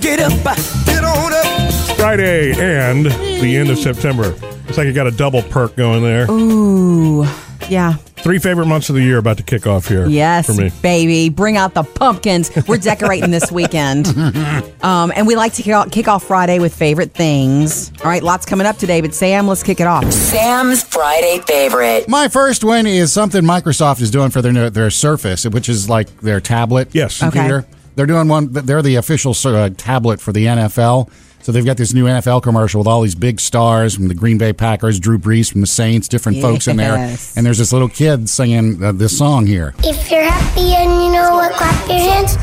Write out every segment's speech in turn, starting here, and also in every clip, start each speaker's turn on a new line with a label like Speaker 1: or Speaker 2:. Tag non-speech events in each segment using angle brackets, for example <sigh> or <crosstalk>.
Speaker 1: it up, get on up.
Speaker 2: Friday and the end of September. It's like you got a double perk going there.
Speaker 3: Ooh, yeah.
Speaker 2: Three favorite months of the year about to kick off here.
Speaker 3: Yes,
Speaker 2: For me.
Speaker 3: baby. Bring out the pumpkins. We're decorating this weekend.
Speaker 2: <laughs>
Speaker 3: Um, and we like to kick off, kick off Friday with favorite things. All right, lots coming up today, but Sam, let's kick it off.
Speaker 4: Sam's Friday favorite.
Speaker 5: My first one is something Microsoft is doing for their their Surface, which is like their tablet.
Speaker 2: Yes. Okay.
Speaker 5: computer. They're doing one. They're the official uh, tablet for the NFL. So they've got this new NFL commercial with all these big stars from the Green Bay Packers, Drew Brees from the Saints, different folks in there.
Speaker 3: Yes.
Speaker 5: And there's this little kid singing uh, this song here.
Speaker 6: If you're happy and you know what, clap your hands.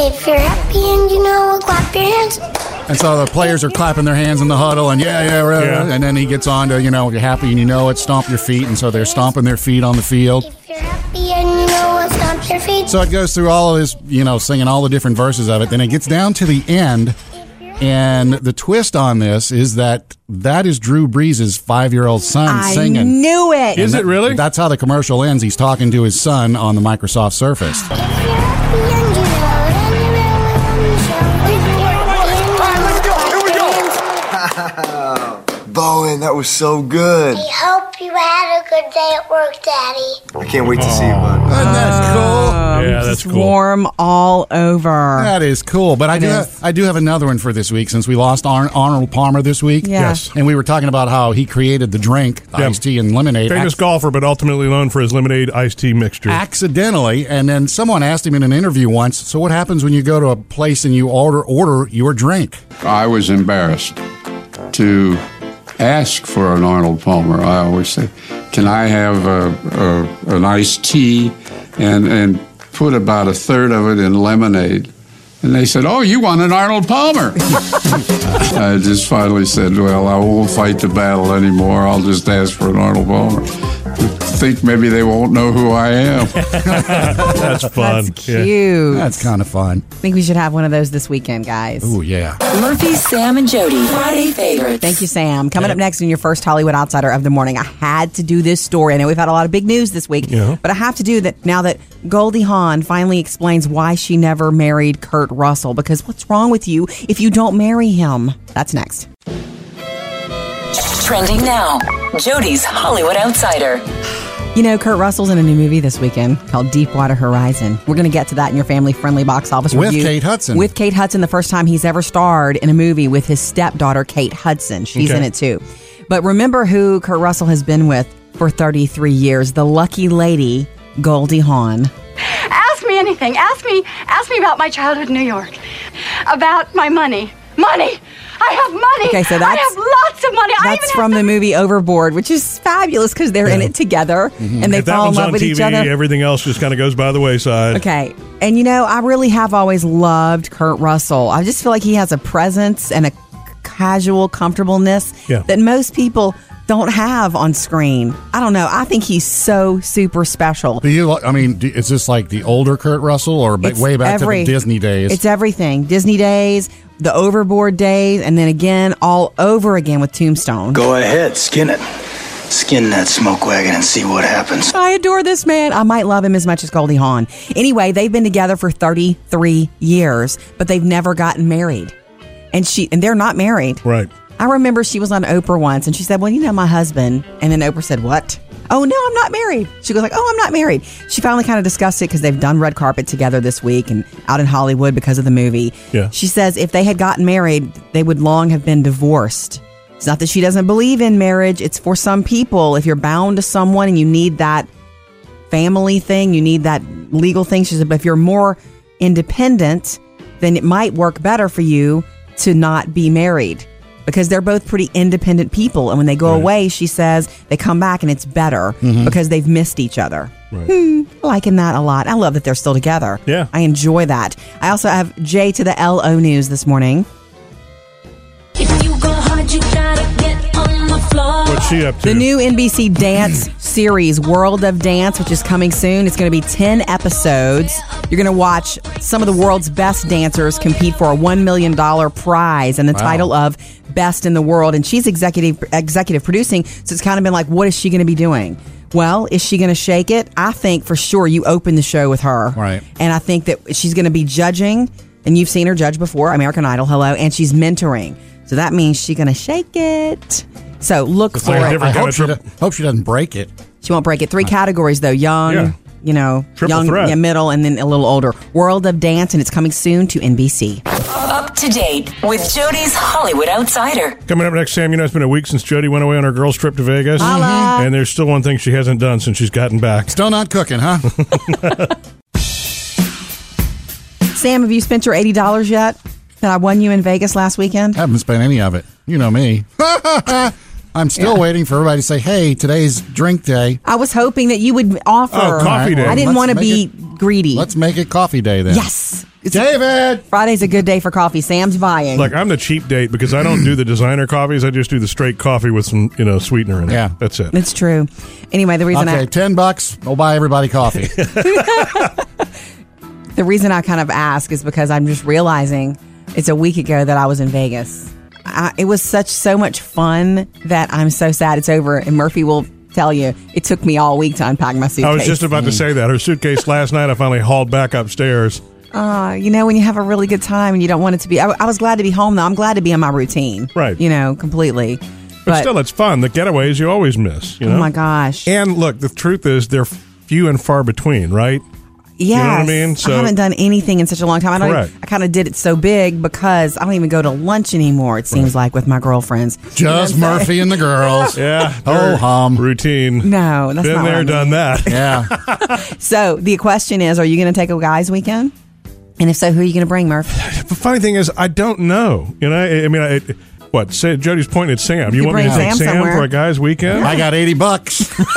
Speaker 6: If you're happy and you know what, clap your hands.
Speaker 5: And so the players are clapping their hands in the huddle, and yeah, yeah, right,
Speaker 2: Yeah.
Speaker 5: right. and then he gets on to you know you're happy and you know it, stomp your feet, and so they're stomping their feet on the field.
Speaker 6: If you're happy and you know what, stomp your feet.
Speaker 5: So it goes through all of this, you know, singing all the different verses of it. Then it gets down to the end, and the twist on this is that that is Drew Brees' five-year-old son
Speaker 3: I
Speaker 5: singing.
Speaker 3: knew it.
Speaker 2: Is it really?
Speaker 5: That's how the commercial ends. He's talking to his son on the
Speaker 3: <gasps>
Speaker 5: Microsoft Surface.
Speaker 6: If you're happy and you know it, and you really wanna show it, if you're happy and you know what, clap your hands.
Speaker 7: Bowen, that was so good.
Speaker 6: I hope you had a good day at work, Daddy.
Speaker 7: I can't wait to see you, bud.
Speaker 5: Isn't that cool?
Speaker 2: yeah, that's
Speaker 3: It's
Speaker 2: cool.
Speaker 3: Um, warm all over.
Speaker 5: That is cool. But I do, have, I do have another one for this week since we lost Arn- Arnold Palmer this week.
Speaker 3: Yeah.
Speaker 2: Yes.
Speaker 5: And we were talking about how he created the drink, the
Speaker 2: Yeah.
Speaker 5: iced tea and lemonade.
Speaker 2: Famous
Speaker 5: ac-
Speaker 2: golfer, but ultimately known for his lemonade iced tea mixture.
Speaker 5: Accidentally, and then someone asked him in an interview once. So, what happens when you go to a place and you order order your drink?
Speaker 8: I was embarrassed to ask for an Arnold Palmer. I always say, "Can I have a, a, an iced tea and and put about a third of it in lemonade?" And they said, "Oh, you want an Arnold Palmer?" <laughs> I just finally said, "Well, I won't fight the battle anymore. I'll just ask for an Arnold Palmer." Think maybe they won't know who I am.
Speaker 2: That's fun.
Speaker 3: That's
Speaker 2: Yeah.
Speaker 3: cute.
Speaker 5: That's kind of fun.
Speaker 3: I think we should have one of those this weekend, guys.
Speaker 5: Oh yeah.
Speaker 4: Murphy, Sam, and Jody. Friday favorites.
Speaker 3: Thank you, Sam. Coming up next in your first Hollywood Outsider of the morning, I had to do this story. I know we've had a lot of big news this week,
Speaker 2: Yeah.
Speaker 3: but I have to do that now that Goldie Hawn finally explains why she never married Kurt Russell. Because what's wrong with you if you don't marry him? That's next.
Speaker 4: Trending now. Jody's Hollywood Outsider.
Speaker 3: You know, Kurt Russell's in a new movie this weekend called Deepwater Horizon. We're going to get to that in your family friendly box office
Speaker 5: With
Speaker 3: review.
Speaker 5: Kate Hudson.
Speaker 3: With Kate Hudson, the first time he's ever starred in a movie with his stepdaughter, Kate Hudson. She's
Speaker 2: Okay.
Speaker 3: in it too. But remember who Kurt Russell has been with for 33 years the lucky lady, Goldie Hawn.
Speaker 9: Ask me anything. Ask me. Ask me about my childhood in New York. About my money. Money. I have money.
Speaker 3: Okay, so
Speaker 9: I
Speaker 3: that's-
Speaker 9: have lots of money. I
Speaker 3: That's
Speaker 9: even
Speaker 3: from
Speaker 9: have
Speaker 3: the movie Overboard, which is fabulous because they're in it together and they
Speaker 2: If Mm-hmm. that
Speaker 3: fall in
Speaker 2: one's
Speaker 3: love
Speaker 2: on
Speaker 3: with each
Speaker 2: TV,
Speaker 3: other.
Speaker 2: everything else just kind of goes by the wayside.
Speaker 3: Okay. And you know, I really have always loved Kurt Russell. I just feel like he has a presence and a casual comfortableness
Speaker 2: Yeah.
Speaker 3: that most people don't have on screen. I don't know. I think he's so super special.
Speaker 5: Do you? I mean, do, is this like the older Kurt Russell, or ba-
Speaker 3: It's
Speaker 5: way back
Speaker 3: every-
Speaker 5: to the Disney days?
Speaker 3: It's everything. Disney days, the overboard days, and then again all over again with Tombstone.
Speaker 10: Go ahead, skin it. Skin that smoke wagon and see what happens.
Speaker 3: I adore this man. I might love him as much as Goldie Hawn. Anyway, they've been together for 33 years, but they've never gotten married. And she and they're not married.
Speaker 2: Right.
Speaker 3: I remember she was on Oprah once and she said, Well, you know, my husband. And then Oprah said, What? Oh, no, I'm not married. She goes like, Oh, I'm not married. She finally kind of discussed it because they've done red carpet together this week and out in Hollywood because of the movie.
Speaker 2: Yeah.
Speaker 3: She says if they had gotten married, they would long have been divorced. It's not that she doesn't believe in marriage. It's for some people. If you're bound to someone and you need that family thing, you need that legal thing. She said, but if you're more independent, then it might work better for you to not be married because they're both pretty independent people. And when they go away, she says they come back and it's better because they've missed each other. Hmm, liking that a lot. I love that they're still together.
Speaker 2: Yeah.
Speaker 3: I enjoy that. I also have Jay to the LO news this morning.
Speaker 11: If you go hard, you gotta get on the floor.
Speaker 2: What's she up to?
Speaker 3: The new NBC dance series, World of Dance, which is coming soon. It's going to be 10 episodes. You're going to watch some of the world's best dancers compete for a $1 million prize and the title of Best in the World. And she's executive, executive producing, so it's kind of been like, what is she going to be doing? Well, is she going to shake it? I think for sure you open the show with her.
Speaker 5: Right.
Speaker 3: And I think that she's going to be judging. and you've seen her judge before, American Idol, hello, and she's mentoring. So that means she's gonna shake it. So look for
Speaker 5: I,
Speaker 3: it.
Speaker 5: I hope, she do- hope she doesn't break it.
Speaker 3: She won't break it. Three categories though: young,
Speaker 5: Yeah.
Speaker 3: you know,
Speaker 5: Triple
Speaker 3: young,
Speaker 5: threat.
Speaker 3: yeah, middle, and then a little older. World of Dance, and it's coming soon to NBC.
Speaker 4: Up to date with Jody's Hollywood Outsider.
Speaker 2: Coming up next, Sam, you know it's been a week since Jody went away on her girls trip to Vegas, Mm-hmm.
Speaker 4: Holla.
Speaker 2: and there's still one thing she hasn't done since she's gotten back.
Speaker 5: Still not cooking, huh?
Speaker 3: Sam, have you spent your eighty dollars yet? That I won you in Vegas last weekend.
Speaker 5: Haven't spent any of it. You know me. <laughs> I'm still
Speaker 3: Yeah.
Speaker 5: waiting for everybody to say, "Hey, today's drink day."
Speaker 3: I was hoping that you would offer.
Speaker 5: Oh, coffee day.
Speaker 3: I didn't
Speaker 5: Let's
Speaker 3: want to
Speaker 5: make
Speaker 3: be greedy.
Speaker 5: Let's make it coffee day then.
Speaker 3: Yes.
Speaker 5: David!
Speaker 3: Friday's a good day for coffee. Sam's buying.
Speaker 2: Like I'm the cheap date because I don't do the designer coffees. I just do the straight coffee with some you know sweetener in it. Yeah, that's it.
Speaker 3: It's true. Anyway, the reason
Speaker 5: Okay,
Speaker 3: I
Speaker 5: ten bucks. I'll buy
Speaker 3: <laughs>
Speaker 5: everybody coffee.
Speaker 3: the reason I kind of ask is because I'm just realizing it's a week ago that I was in Vegas. I, it was such so much fun that I'm so sad it's over. And Murphy will tell you it took me all week to unpack my suitcase.
Speaker 2: I was just about to say that her suitcase last night. I finally hauled back upstairs.
Speaker 3: Uh, you know, when you have a really good time and you don't want it to be. I, I was glad to be home though. I'm glad to be in my routine. Right. You know, completely.
Speaker 2: But, still, it's fun. The getaways you always miss. You
Speaker 3: Oh
Speaker 2: know?
Speaker 3: my gosh.
Speaker 2: And look, the truth is they're few and far between, right? You know what I
Speaker 3: Yes.
Speaker 2: mean? So-
Speaker 3: I haven't done anything in such a long time. I don't.
Speaker 2: Correct.
Speaker 3: I kind of did it so big because I don't even go to lunch anymore. It seems like with my girlfriends. You know what I'm saying?
Speaker 5: Just Murphy and
Speaker 3: <laughs>
Speaker 5: the girls.
Speaker 2: Yeah.
Speaker 5: Oh, hum.
Speaker 2: Routine.
Speaker 3: No, that's
Speaker 2: Been
Speaker 3: not what
Speaker 2: there,
Speaker 3: I mean.
Speaker 2: done
Speaker 3: <laughs>
Speaker 2: that.
Speaker 5: Yeah.
Speaker 3: So the question is, are you going to take a guys' weekend? And if so, who are you going to bring, Murph?
Speaker 2: the funny thing is, I don't know. You know, I, I mean, I, what? Say, Jody's pointing at Sam. You,
Speaker 3: You
Speaker 2: want me to
Speaker 3: bring
Speaker 2: take
Speaker 3: Sam
Speaker 2: Sam
Speaker 3: somewhere.
Speaker 2: for a guy's weekend?
Speaker 5: I got eighty bucks.
Speaker 2: <laughs>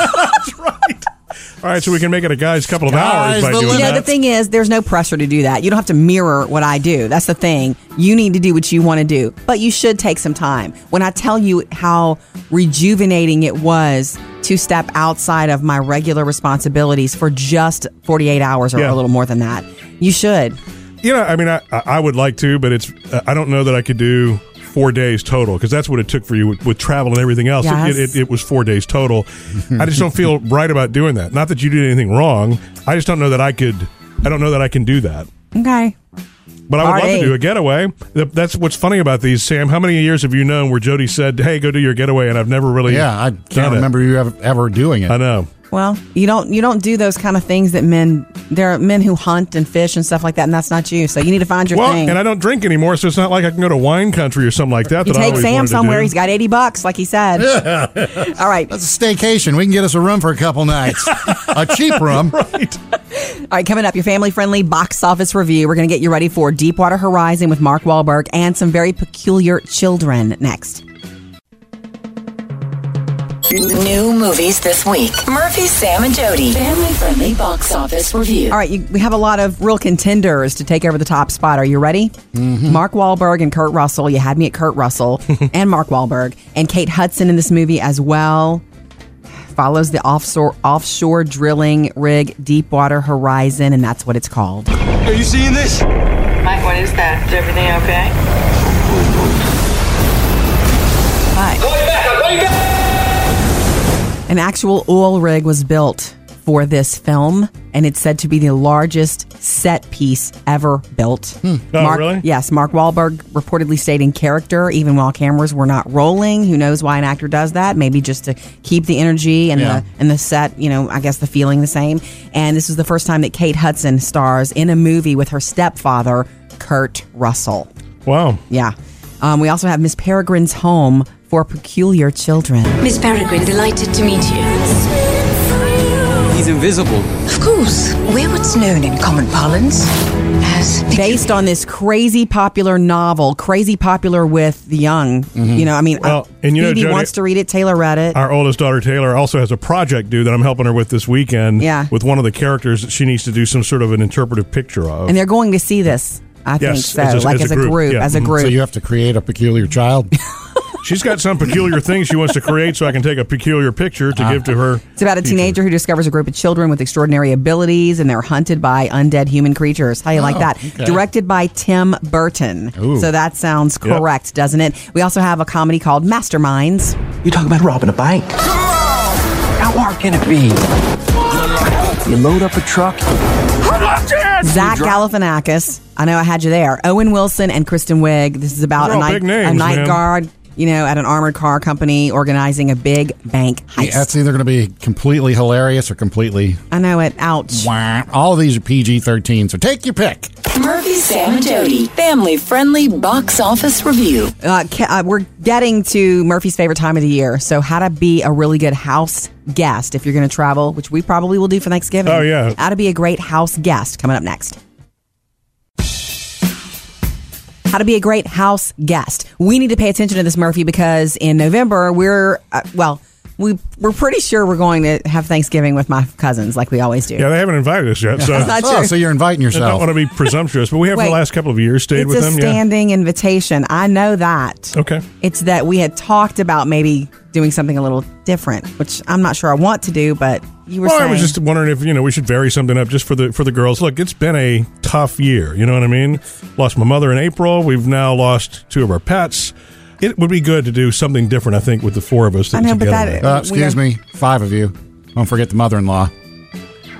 Speaker 2: All right, so we can make it a guy's couple of hours
Speaker 5: Sky's
Speaker 2: by
Speaker 5: the
Speaker 2: doing
Speaker 5: limit.
Speaker 3: You know,
Speaker 2: that.
Speaker 3: the thing is, there's no pressure to do that. You don't have to mirror what I do. That's the thing. You need to do what you want to do, but you should take some time. When I tell you how rejuvenating it was to step outside of my regular responsibilities for just 48 hours or
Speaker 2: Yeah.
Speaker 3: a little more than that, you should.
Speaker 2: You know, I mean, I, I I would like to, but it's uh, I don't know that I could do four days total because that's what it took for you with, with travel and everything else. It-
Speaker 12: Yes.
Speaker 2: It, it, it was four days total. I just don't feel right about doing that. Not that you did anything wrong. I just don't know that I could. I don't know that I can do that.
Speaker 3: Okay.
Speaker 2: But I would love
Speaker 3: Alrighty.
Speaker 2: to do a getaway. Th- That's what's funny about these, Sam. How many years have you known where Jody said, "Hey, go do your getaway," and I've never really
Speaker 5: Yeah, I can't remember you ever, ever doing it.
Speaker 2: I know.
Speaker 3: Well, you don't you don't do those kind of things that men there are men who hunt and fish and stuff like that and that's not you. So you need to find your
Speaker 2: Well,
Speaker 3: thing.
Speaker 2: and I don't drink anymore, so it's not like I can go to wine country or something like that.
Speaker 3: you
Speaker 2: that I
Speaker 3: take
Speaker 2: always
Speaker 3: Sam
Speaker 2: wanted to
Speaker 3: somewhere.
Speaker 2: do. <laughs>
Speaker 3: He's got 80 bucks like he said. <laughs> All right.
Speaker 5: That's a staycation. We can get us a room for a couple nights. a cheap room.
Speaker 2: <laughs> Right.
Speaker 3: All right, coming up, your family friendly box office review. We're going to get you ready for Deepwater Horizon with Mark Wahlberg and some very peculiar children next.
Speaker 4: New movies this week. Murphy, Sam, and Jody. Family friendly box office review.
Speaker 3: All right, you, we have a lot of real contenders to take over the top spot. Are you ready?
Speaker 2: Mm-hmm.
Speaker 3: Mark Wahlberg and Kurt Russell. You had me at Kurt Russell
Speaker 2: <laughs>
Speaker 3: and Mark Wahlberg and Kate Hudson in this movie as well. Follows the offshore offshore drilling rig Deepwater Horizon, and that's what it's called.
Speaker 13: Are you seeing this? Mike, what is that? Is everything okay? Hi.
Speaker 3: An actual oil rig was built for this film, and it's said to be the largest set piece ever built.
Speaker 2: Oh,
Speaker 3: Mark,
Speaker 2: really?
Speaker 3: Yes, Mark Wahlberg reportedly stayed in character even while cameras were not rolling. Who knows why an actor does that? Maybe just to keep the energy and
Speaker 14: Yeah.
Speaker 3: the and the set, you know, I guess the feeling the same. And this is the first time that Kate Hudson stars in a movie with her stepfather, Kurt Russell.
Speaker 2: Wow.
Speaker 3: Yeah. Um, we also have Miss Peregrine's Home for Peculiar Children.
Speaker 11: Miss Peregrine, delighted to meet you.
Speaker 15: He's invisible.
Speaker 11: Of course, we're what's known in common parlance as
Speaker 3: based on this crazy popular novel, crazy popular with the young. You know, I mean,
Speaker 2: Mm-hmm. Well,
Speaker 3: I,
Speaker 2: and you know,
Speaker 3: Phoebe
Speaker 2: Jody-
Speaker 3: wants to read it. Taylor read it.
Speaker 2: Our oldest daughter Taylor also has a project due that I'm helping her with this weekend.
Speaker 3: Yeah.
Speaker 2: With one of the characters that she needs to do some sort of an interpretive picture of.
Speaker 3: and they're going to see this. I think
Speaker 2: Yes,
Speaker 3: so.
Speaker 2: as a-
Speaker 3: like
Speaker 2: as a
Speaker 3: as a
Speaker 2: group,
Speaker 3: group,
Speaker 2: yeah.
Speaker 3: as a
Speaker 2: Mhm. So
Speaker 3: group.
Speaker 5: So you have to create a
Speaker 2: <laughs>
Speaker 5: peculiar child.
Speaker 2: She's got some peculiar thing she wants to create, so I can take a peculiar picture to give to her.
Speaker 3: it's about a teenager who discovers a group of children with extraordinary abilities, and they're hunted by undead human creatures. How you like
Speaker 14: Oh,
Speaker 3: that?
Speaker 14: okay.
Speaker 3: Directed by Tim Burton.
Speaker 14: Ooh.
Speaker 3: So that sounds
Speaker 14: Yep.
Speaker 3: correct, doesn't it? We also have a comedy called Masterminds.
Speaker 15: You talk about robbing a bank. How hard can it be? You load up a truck,
Speaker 3: Zach Galifianakis. I know I had you there. Owen Wilson and Kristen Wiig. This is about a
Speaker 5: These are all
Speaker 3: night,
Speaker 5: big names,
Speaker 3: a night
Speaker 5: man.
Speaker 3: guard, you know, at an armored car company organizing a big bank heist.
Speaker 5: That's either going to be completely hilarious or completely.
Speaker 3: I know it. Ouch.
Speaker 5: Wah. All of these are PG 13, so take your pick.
Speaker 4: Murphy, Sam, and Jody. Family friendly box office review.
Speaker 3: Uh, ca- uh, we're getting to Murphy's favorite time of the year. So, how to be a really good house guest if you're going to travel, which we probably will do for Thanksgiving.
Speaker 2: Oh, yeah.
Speaker 3: How to be a great house guest coming up next. How to be a great house guest. We need to pay attention to this, Murphy, because in November, we're, uh, well, we, we're pretty sure we're going to have Thanksgiving with my cousins like we always do.
Speaker 2: Yeah, they haven't invited us yet. So
Speaker 3: <laughs> That's not Oh, true. so
Speaker 5: you're inviting
Speaker 2: I don't
Speaker 5: yourself.
Speaker 2: want to be presumptuous, but we have for
Speaker 3: Wait.
Speaker 2: the last couple of years stayed
Speaker 3: it's
Speaker 2: with
Speaker 3: a
Speaker 2: them. yeah.
Speaker 3: standing invitation. I know that.
Speaker 2: Okay.
Speaker 3: It's that we had talked about maybe doing something a little different, which I'm not sure I want to do, but you were
Speaker 2: well,
Speaker 3: saying
Speaker 2: I was just wondering if you know we should vary something up just for the for the girls. Look, it's been a tough year. You know what I mean? Lost my mother in April. We've now lost two of our pets. It would be good to do something different. I think with the four of us. That together.
Speaker 5: Uh, excuse me, five of you. Don't forget the mother in law.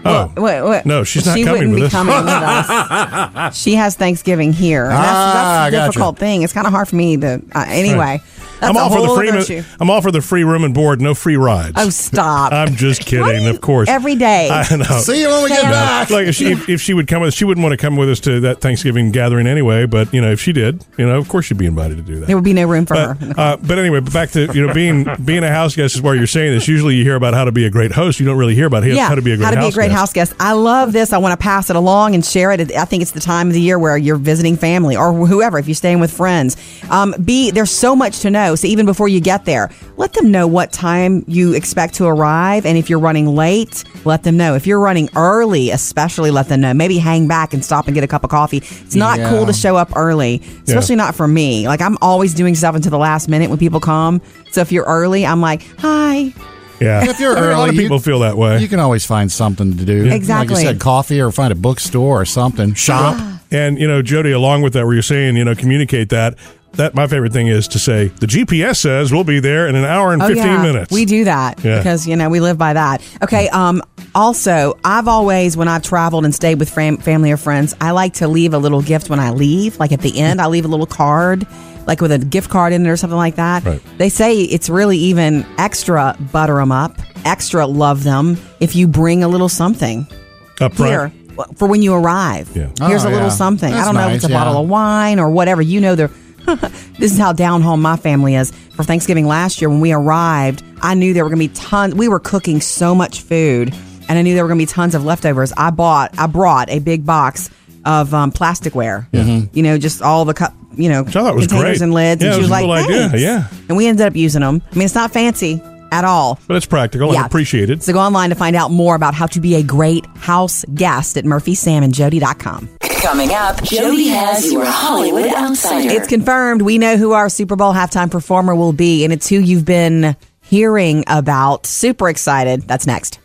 Speaker 2: Oh
Speaker 3: Wait, wait.
Speaker 2: no, she's not
Speaker 3: she
Speaker 2: coming
Speaker 3: wouldn't
Speaker 2: with
Speaker 3: be
Speaker 2: us. <laughs>
Speaker 3: coming with us. She has Thanksgiving here. And that's,
Speaker 2: Ah, I
Speaker 3: that's a
Speaker 2: gotcha.
Speaker 3: difficult thing. It's kind of hard for me to. Uh, anyway, that's
Speaker 2: I'm
Speaker 3: a
Speaker 2: all for the
Speaker 3: whole
Speaker 2: free.
Speaker 3: other
Speaker 2: mi-
Speaker 3: issue.
Speaker 2: I'm all for the free room and board. No free rides.
Speaker 3: Oh, stop.
Speaker 2: I'm just kidding. Of course,
Speaker 3: Every day.
Speaker 2: I know.
Speaker 5: See you when we get
Speaker 2: No,
Speaker 5: back.
Speaker 2: Like if she if, if she would come with, she wouldn't want to come with us to that Thanksgiving gathering anyway. But you know, if she did, you know, of course she'd be invited to do that.
Speaker 3: There would be no room for her.
Speaker 2: But, uh, but anyway, back to you know being being a house guest is where you're saying this. Usually, you hear about how to be a great host. You don't really hear about how,
Speaker 3: yeah,
Speaker 2: how to be a great house guest.
Speaker 3: house guest. I love this. I want to pass it along and share it. I think it's the time of the year where you're visiting family or whoever, if you're staying with friends. Um, B, there's so much to know. So even before you get there, let them know what time you expect to arrive. And if you're running late, let them know. If you're running early, especially let them know. Maybe hang back and stop and get a cup of coffee. It's not
Speaker 12: Yeah.
Speaker 3: cool to show up early, especially not for me. Like I'm always doing stuff until the last minute when people come. So if you're early, I'm like, hi.
Speaker 2: Yeah,
Speaker 5: And
Speaker 2: <laughs>
Speaker 5: if you're
Speaker 3: I mean,
Speaker 5: early,
Speaker 3: a lot of
Speaker 2: people feel that way.
Speaker 5: You can always find something to do.
Speaker 3: Yeah. Exactly.
Speaker 5: Like you said, coffee or find a bookstore or something. Shop.
Speaker 2: And you know, Jody, along with that, where you're saying you know communicate that. That my favorite thing is to say the GPS says we'll be there in an hour and
Speaker 3: Oh,
Speaker 2: fifteen
Speaker 3: yeah.
Speaker 2: minutes.
Speaker 3: We do that
Speaker 2: Yeah.
Speaker 3: because you know we live by that. Okay. Um. Also, I've always when I've traveled and stayed with fam- family or friends, I like to leave a little gift when I leave. Like at the end, I leave a little card, like with a gift card in it or something like that.
Speaker 12: Right.
Speaker 3: They say it's really even extra butter them up, extra love them if you bring a little something
Speaker 2: Up front.
Speaker 3: here w- for when you arrive.
Speaker 2: Yeah.
Speaker 3: Here's
Speaker 2: Oh,
Speaker 3: a little
Speaker 2: yeah.
Speaker 3: something. I
Speaker 2: That's
Speaker 3: don't know if
Speaker 2: nice,
Speaker 3: it's a
Speaker 2: yeah.
Speaker 3: bottle of wine or whatever. You know, they're. <laughs> this is how down home my family is. For Thanksgiving last year, when we arrived, I knew there were going to be tons. We were cooking so much food, and I knew there were going to be tons of leftovers. I bought, I brought a big box of um, plasticware.
Speaker 2: Mhm.
Speaker 3: You know, just all the cup. You know,
Speaker 2: thought it was
Speaker 3: containers
Speaker 2: great.
Speaker 3: and lids.
Speaker 2: Yeah,
Speaker 3: and
Speaker 2: it
Speaker 3: she
Speaker 2: was
Speaker 3: was
Speaker 2: a
Speaker 3: like,
Speaker 2: cool idea,
Speaker 3: "Thanks."
Speaker 2: yeah.
Speaker 3: And we ended up using them. I mean, it's not fancy at all.
Speaker 2: But it's practical
Speaker 3: Yeah.
Speaker 2: and appreciated.
Speaker 3: So go online to find out more about how to be a great house guest at murphysamandjody.com.
Speaker 4: Coming up, Jody has your Hollywood Outsider.
Speaker 3: It's confirmed. We know who our Super Bowl halftime performer will be, and it's who you've been hearing about. Super excited. That's next.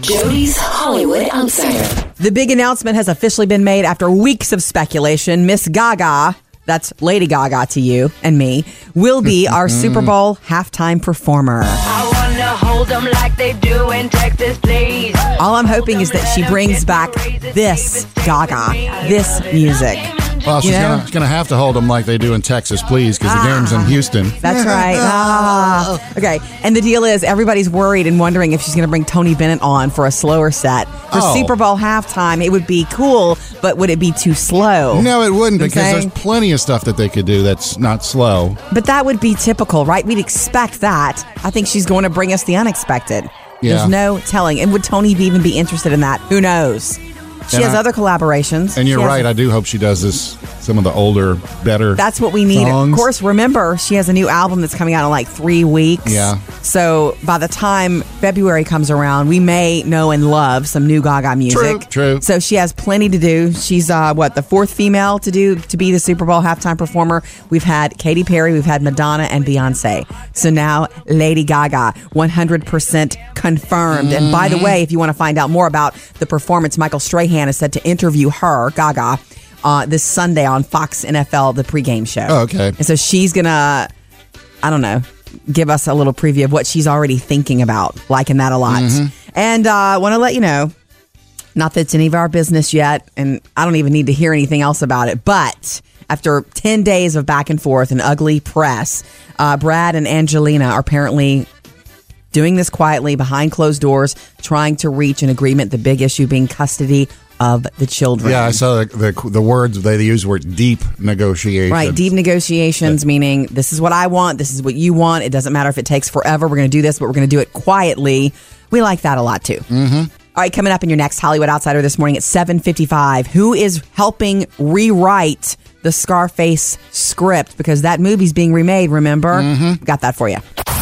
Speaker 4: Jody's Hollywood Outsider.
Speaker 3: The big announcement has officially been made after weeks of speculation. Miss Gaga, that's Lady Gaga to you and me, will
Speaker 5: <laughs>
Speaker 3: be our Super Bowl halftime performer.
Speaker 14: I wanna hold them like they do in Texas, please.
Speaker 3: All I'm hoping is that she brings back this Gaga, this music.
Speaker 5: Well, she's
Speaker 3: You know? Ah.
Speaker 5: going to have to hold them like they do in Texas, please, because the game's in Houston.
Speaker 3: That's
Speaker 5: <laughs>
Speaker 3: right. Ah. Okay. And the deal is, everybody's worried and wondering if she's going to bring Tony Bennett on for a slower set. For
Speaker 5: Oh.
Speaker 3: Super Bowl halftime, it would be cool, but would it be too slow?
Speaker 5: No,
Speaker 3: You know
Speaker 5: it wouldn't
Speaker 3: what I'm
Speaker 5: because there's
Speaker 3: saying?
Speaker 5: plenty of stuff that they could do that's not slow.
Speaker 3: But that would be typical, right? We'd expect that. I think she's going to bring us the unexpected.
Speaker 5: Yeah.
Speaker 3: There's no telling. And would Tony even be interested in that? Who knows? She
Speaker 5: And
Speaker 3: has
Speaker 5: I-
Speaker 3: other collaborations.
Speaker 5: And you're
Speaker 3: She has-
Speaker 5: right. I do hope she does this. Some of the older, better.
Speaker 3: That's what we need.
Speaker 5: songs.
Speaker 3: Of course, remember, she has a new album that's coming out in like three weeks.
Speaker 5: Yeah.
Speaker 3: So by the time February comes around, we may know and love some new Gaga music.
Speaker 5: True.
Speaker 3: So she has plenty to do. She's uh, what the fourth female to do to be the Super Bowl halftime performer. We've had Katy Perry, we've had Madonna and Beyonce. So now Lady Gaga, 100% confirmed. And by
Speaker 5: Mm.
Speaker 3: the way, if you want to find out more about the performance, Michael Strahan is said to interview her, Gaga, uh, this Sunday on Fox NFL, the pregame show.
Speaker 5: Oh, okay.
Speaker 3: And so she's gonna, I don't know, give us a little
Speaker 5: Mm-hmm.
Speaker 3: preview of what she's already thinking about, liking that a lot. And uh, want to let you know Not that it's any of our business yet, and I don't even need to hear anything else about it. But after 10 days of back and forth and ugly press, uh, Brad and Angelina are apparently doing this quietly behind closed doors, trying to reach an agreement, the big issue being custody of the children.
Speaker 5: Yeah, I saw the, the, the words they used were deep negotiation.
Speaker 3: Right, deep negotiations, meaning this is what I want, this is what you want. It doesn't matter if it takes forever. We're going to do this, but we're going to do it quietly. We like that a lot too. Mm-hmm. right, coming up in your next Hollywood Outsider this morning at seven fifty-five. Who is helping rewrite the Scarface script because that movie's being remade? Remember, got that for you.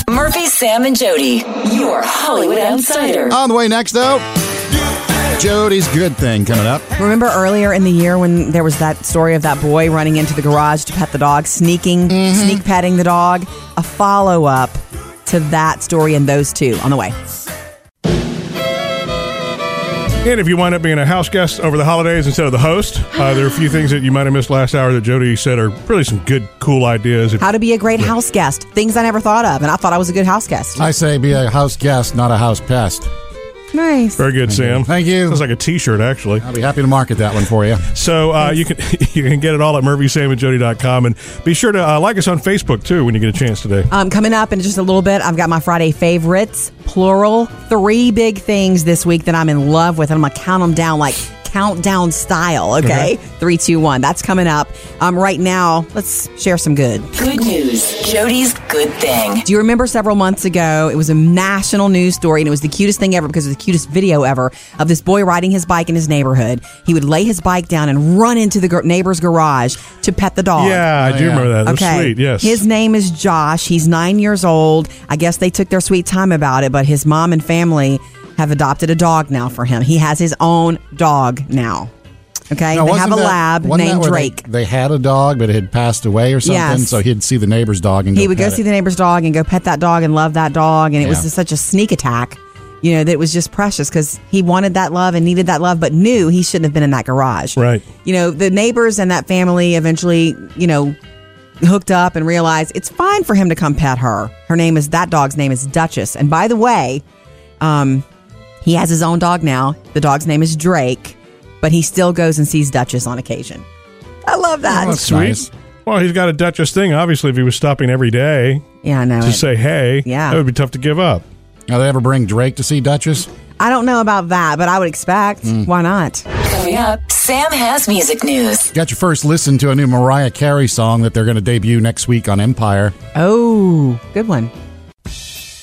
Speaker 4: Murphy, Sam, and Jody, your Hollywood Outsider.
Speaker 5: On the way next, though, Jody's good thing coming up.
Speaker 3: Remember earlier in the year when there was that story of that boy running into the garage to pet the dog, sneaking, sneak petting the dog? A follow up to that story and those two on the way.
Speaker 2: And if you wind up being a house guest over the holidays instead of the host, uh, there are a few things that you might have missed last hour that Jody said are really some good, cool ideas. If-
Speaker 3: How to be a great house guest, things I never thought of, and I thought I was a good house guest.
Speaker 5: I say be a house guest, not a house pest.
Speaker 3: Nice.
Speaker 2: Very good, Sam.
Speaker 5: Thank you.
Speaker 2: Sounds like a T-shirt, actually. I'll
Speaker 5: be happy to market that one for you.
Speaker 2: So uh, you can <laughs> you can get it all at murphysamandjody.com. and be sure to uh, like us on Facebook too when you get a chance today.
Speaker 3: Um, coming up in just a little bit, I've got my Friday favorites, plural. Three big things this week that I'm in love with, and I'm gonna count them down like countdown style. Okay,
Speaker 4: Okay.
Speaker 3: three, two, one. That's coming up. Um, right now, let's share some good.
Speaker 4: Good news. Jody's good thing.
Speaker 3: Do you remember several months ago? It was a national news story, and it was the cutest thing ever because it was the cutest video ever of this boy riding his bike in his neighborhood. He would lay his bike down and run into the gar- neighbor's garage to pet the dog.
Speaker 2: Yeah, I Oh, do yeah. remember that. It was
Speaker 3: Okay.
Speaker 2: sweet, yes.
Speaker 3: His name is Josh. He's nine years old. I guess they took their sweet time about it, but his mom and family have adopted a dog now for him. He has his own dog now. Okay,
Speaker 5: Now,
Speaker 3: they
Speaker 5: wasn't
Speaker 3: have a
Speaker 5: that-
Speaker 3: lab
Speaker 5: wasn't that
Speaker 3: named
Speaker 5: where they-
Speaker 3: Drake.
Speaker 5: They, had a dog, but it had passed away or something,
Speaker 3: Yes.
Speaker 5: so he'd see the neighbor's dog and
Speaker 3: he would go
Speaker 5: pet
Speaker 3: see
Speaker 5: it.
Speaker 3: the neighbor's dog and go pet that dog and love that dog and it was
Speaker 5: Yeah.
Speaker 3: just such a sneak attack you know that it was just precious because he wanted that love and needed that love but knew he shouldn't have been in that garage
Speaker 2: Right.
Speaker 3: you know the neighbors and that family eventually you know hooked up and realized it's fine for him to come pet her her name is that dog's name is duchess and by the way um he has his own dog now the dog's name is drake but he still goes and sees duchess on occasion i love
Speaker 5: Oh,
Speaker 3: that
Speaker 2: Well, he's got a Duchess thing. Obviously, if he was stopping every day,
Speaker 3: yeah, I know
Speaker 2: to
Speaker 3: it.
Speaker 2: say hey,
Speaker 3: Yeah.
Speaker 2: that would be tough to give up.
Speaker 5: Now they ever bring Drake to see Duchess?
Speaker 3: I don't know about that, but I would expect.
Speaker 5: Mm.
Speaker 3: Why not?
Speaker 4: Coming up, Sam has music news.
Speaker 5: Got your first listen to a new Mariah Carey song that they're going to debut next week on Empire.
Speaker 3: Oh, good one.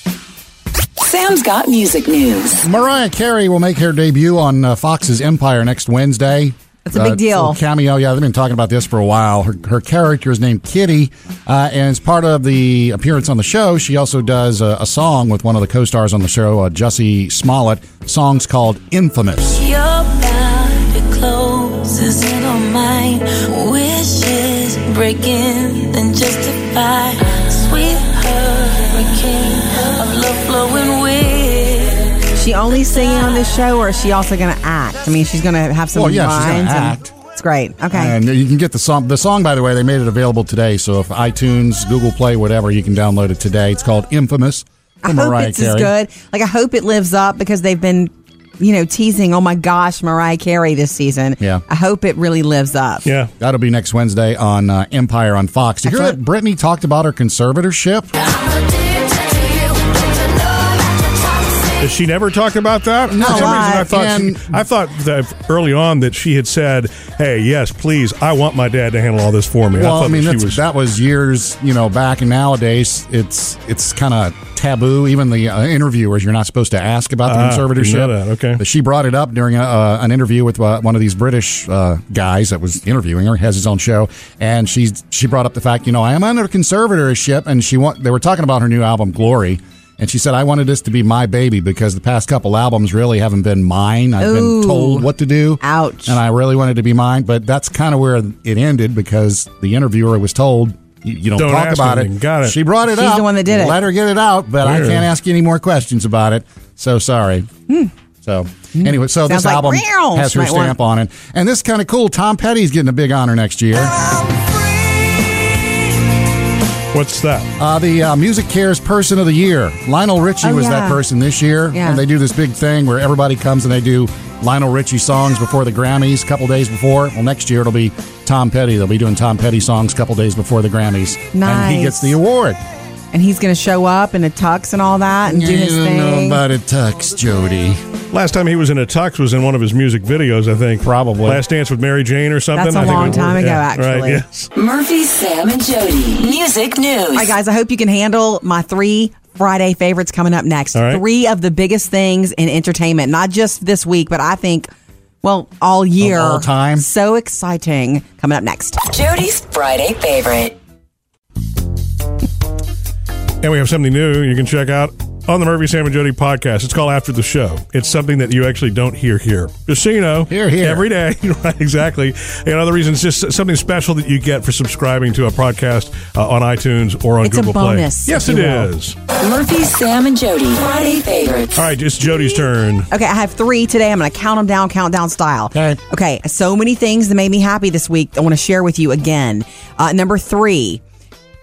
Speaker 4: Sam's got music news.
Speaker 5: Mariah Carey will make her debut on uh, Fox's Empire next Wednesday.
Speaker 3: That's a big deal.
Speaker 5: little Cameo, yeah, they've been talking about this for a while. Her, her character is named Kitty, uh, and as part of the appearance on the show, she also does a, a song with one of the co-stars on the show, uh, Jussie Smollett. Song's called "Infamous."
Speaker 11: Your body closes in on mine. Wishes breaking and justify. Sweet hurricane of love flowing with.
Speaker 3: Is She only singing on this show, or is she also going to act? I mean, she's going to have some
Speaker 5: Well, yeah, she's gonna
Speaker 3: lines. and-
Speaker 5: act.
Speaker 3: It's great. Okay.
Speaker 5: And you can get the song. The song, by the way, they made it available today. So if iTunes, Google Play, whatever, you can download it today. It's called "Infamous."
Speaker 3: I
Speaker 5: from
Speaker 3: hope
Speaker 5: Mariah
Speaker 3: it's
Speaker 5: Carey.
Speaker 3: as good. Like I hope it lives up because they've been, you know, teasing. Oh my gosh, Mariah Carey this season.
Speaker 5: Yeah.
Speaker 3: I hope it really lives up.
Speaker 2: Yeah.
Speaker 5: That'll be next Wednesday on uh, Empire on Fox. Did you hear that Brittany talked about her conservatorship?
Speaker 2: Has she never talked about that?
Speaker 5: No.
Speaker 2: For some reason, I
Speaker 5: Right.
Speaker 2: thought she-
Speaker 5: And-
Speaker 2: I thought that early on that she had said, "Hey, yes, please, I want my dad to handle all this for me."
Speaker 5: Well,
Speaker 2: thought
Speaker 5: I mean,
Speaker 2: that she
Speaker 5: that's,
Speaker 2: was.
Speaker 5: that was years, you know, back, and nowadays it's it's kind of taboo. Even the uh, interviewers, you're not supposed to ask about the
Speaker 2: Ah,
Speaker 5: conservatorship.
Speaker 2: didn't know that. Okay.
Speaker 5: But she brought it up during a, uh, an interview with uh, one of these British uh, guys that was interviewing her, has his own show, and she she brought up the fact, you know, I am under conservatorship, and she want they were talking about her new album Glory. And she said, I wanted this to be my baby because the past couple albums really haven't been mine. I've
Speaker 3: Ooh.
Speaker 5: been told what to do.
Speaker 3: Ouch.
Speaker 5: And I really wanted to be mine, but that's kind of where it ended because the interviewer was told, you, you don't,
Speaker 2: Don't
Speaker 5: talk
Speaker 2: ask
Speaker 5: about
Speaker 2: anything.
Speaker 5: it.
Speaker 2: Got it.
Speaker 5: She brought it
Speaker 3: She's
Speaker 5: up.
Speaker 3: the one that did it.
Speaker 5: Let her get it out, but I
Speaker 2: Weird.
Speaker 5: can't ask you any more questions about it. So sorry. So anyway, so
Speaker 3: Hmm. Sounds
Speaker 5: this
Speaker 3: like
Speaker 5: album
Speaker 3: real.
Speaker 5: has her
Speaker 3: Might want-
Speaker 5: stamp on it. And this is kind of cool. Tom Petty's getting a big honor next year.
Speaker 2: What's that?
Speaker 5: Uh, the uh, Music Cares Person of the Year. Lionel Richie
Speaker 2: Oh,
Speaker 5: was
Speaker 2: yeah.
Speaker 5: that person this year.
Speaker 2: Yeah.
Speaker 5: And they do this big thing where everybody comes and they do Lionel Richie songs before the Grammys, a couple days before. Well, next year it'll be Tom Petty. They'll be doing Tom Petty songs a couple days before the Grammys. And he
Speaker 3: Nice.
Speaker 5: gets the award.
Speaker 3: And he's going to show up in a tux and all that and do his
Speaker 5: You
Speaker 3: thing.
Speaker 5: know about a tux, Jody.
Speaker 2: Last time he was in a tux was in one of his music videos, I think. Probably. Last Dance with Mary Jane or something.
Speaker 3: That's a
Speaker 2: I think
Speaker 3: long
Speaker 2: it was-
Speaker 3: time ago,
Speaker 2: yeah, right,
Speaker 3: actually.
Speaker 2: yeah.
Speaker 4: Murphy, Sam, and Jody. Music news.
Speaker 3: All right, guys, I hope you can handle my three Friday favorites coming up next.
Speaker 4: All right.
Speaker 3: Three of the biggest things in entertainment, not just this week, but I think, well, all year. all time. So exciting coming up next.
Speaker 4: Jody's Friday favorite.
Speaker 2: And we have something new you can check out on the Murphy, Sam, and Jody podcast. It's called After the Show. It's something that you actually don't hear here. Just so you know. Here, here. Every day. <laughs> right, exactly. And other reasons, just something special that you get for subscribing to a podcast uh, on iTunes or on
Speaker 4: It's a
Speaker 2: Google
Speaker 4: bonus,
Speaker 2: Play. Yes,
Speaker 4: if
Speaker 2: it
Speaker 4: you will.
Speaker 2: is.
Speaker 4: Murphy, Sam, and Jody. Friday favorites.
Speaker 2: All right, it's
Speaker 3: <laughs>
Speaker 2: Jody's turn.
Speaker 3: Okay, I have three today. I'm going to count them down, countdown style. Okay. Okay, so many things that made me happy this week. I want to share with you again. Uh, number three.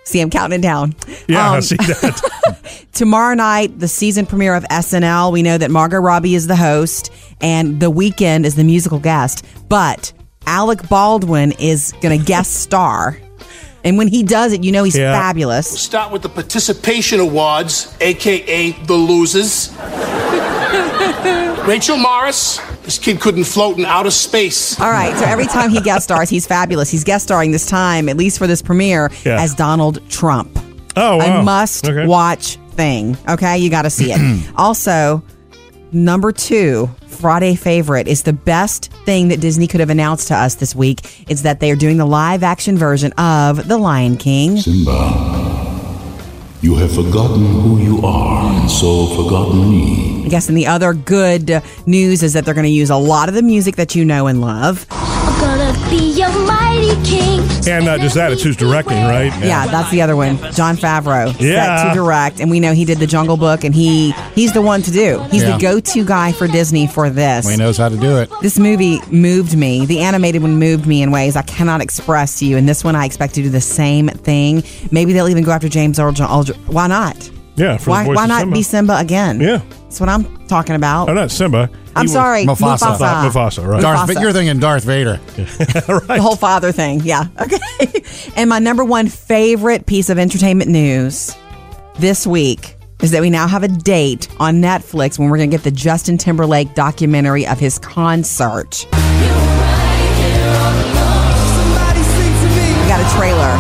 Speaker 3: See, I'm counting it down.
Speaker 2: Yeah,
Speaker 3: Um,
Speaker 2: I see that.
Speaker 3: Tomorrow night, the season premiere of SNL. We know that Margot Robbie is the host, and The Weeknd is the musical guest. But Alec Baldwin is going to guest star, and when he does it, you know he's fabulous.
Speaker 12: We'll start with the participation awards, aka the
Speaker 9: <laughs>
Speaker 12: losers. Rachel Morris, this kid couldn't float in outer space.
Speaker 3: All right. So every time he guest stars, he's fabulous. He's guest starring this time, at least for this premiere,
Speaker 12: Yeah.
Speaker 3: as Donald Trump. <laughs>
Speaker 2: Oh,
Speaker 12: wow.
Speaker 3: A must
Speaker 12: Okay.
Speaker 3: watch thing. Okay. You got to see it. also, number two, Friday favorite is the best thing that Disney could have announced to us this week is that they are doing the live action version of The Lion King.
Speaker 16: You have forgotten who you are, and so forgotten me.
Speaker 3: I guess, and the other good news is that they're going to use a lot of the music that you know and love.
Speaker 6: I'm gonna be a mighty king.
Speaker 2: And not just that, it's who's directing, right?
Speaker 3: Yeah, that's the other one. John Favreau set
Speaker 2: Yeah.
Speaker 3: to direct, and we know he did the Jungle Book, and he he's the one to do. He's
Speaker 5: Yeah.
Speaker 3: the go-to guy for Disney for this.
Speaker 5: Well, he knows how to do it.
Speaker 3: This movie moved me. The animated one moved me in ways I cannot express to you. And this one, I expect to do the same thing. Maybe they'll even go after James Earl Jones. Why not?
Speaker 2: Yeah, for the
Speaker 3: why
Speaker 2: voice
Speaker 3: why
Speaker 2: of
Speaker 3: not
Speaker 2: Simba.
Speaker 3: be Simba again?
Speaker 2: Yeah,
Speaker 3: that's what I'm talking about.
Speaker 2: Oh, not Simba.
Speaker 3: I'm
Speaker 2: He was-
Speaker 3: sorry, Mufasa.
Speaker 2: Mufasa. Mufasa, right.
Speaker 5: Darth,
Speaker 3: Mufasa.
Speaker 5: You're thinking Darth Vader.
Speaker 3: The whole father thing. Yeah. <laughs> Okay. and my number one favorite piece of entertainment news this week is that we now have a date on Netflix when we're going to get the Justin Timberlake documentary of his concert. We got a trailer.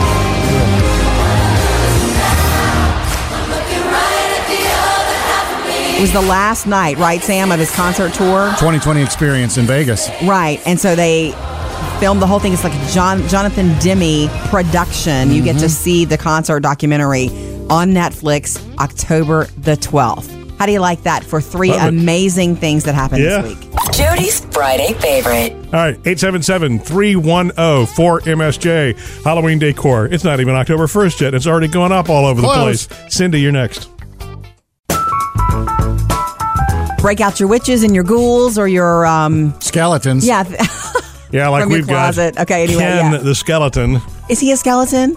Speaker 3: It was the last night, right, Sam, of his concert tour?
Speaker 5: 2020 experience in Vegas.
Speaker 3: Right, and so they filmed the whole thing. It's like a John Jonathan Demme production. You
Speaker 2: Mm-hmm.
Speaker 3: get to see the concert documentary on Netflix October the twelfth. How do you like that for three
Speaker 2: Love it.
Speaker 3: amazing things that happened
Speaker 2: Yeah.
Speaker 3: this week?
Speaker 4: Jody's Friday favorite.
Speaker 2: All right, 877 310 4MSJ, Halloween decor. It's not even October 1st yet. It's already gone up all over
Speaker 3: Close.
Speaker 2: the place. Cindy, you're next.
Speaker 3: Break out your witches and your ghouls or your um
Speaker 5: skeletons.
Speaker 3: Yeah, <laughs>
Speaker 2: Yeah, like
Speaker 3: From your
Speaker 2: we've
Speaker 3: closet.
Speaker 2: got.
Speaker 3: Okay, anyway,
Speaker 2: Ken
Speaker 3: yeah.
Speaker 2: the skeleton.
Speaker 3: is he a skeleton?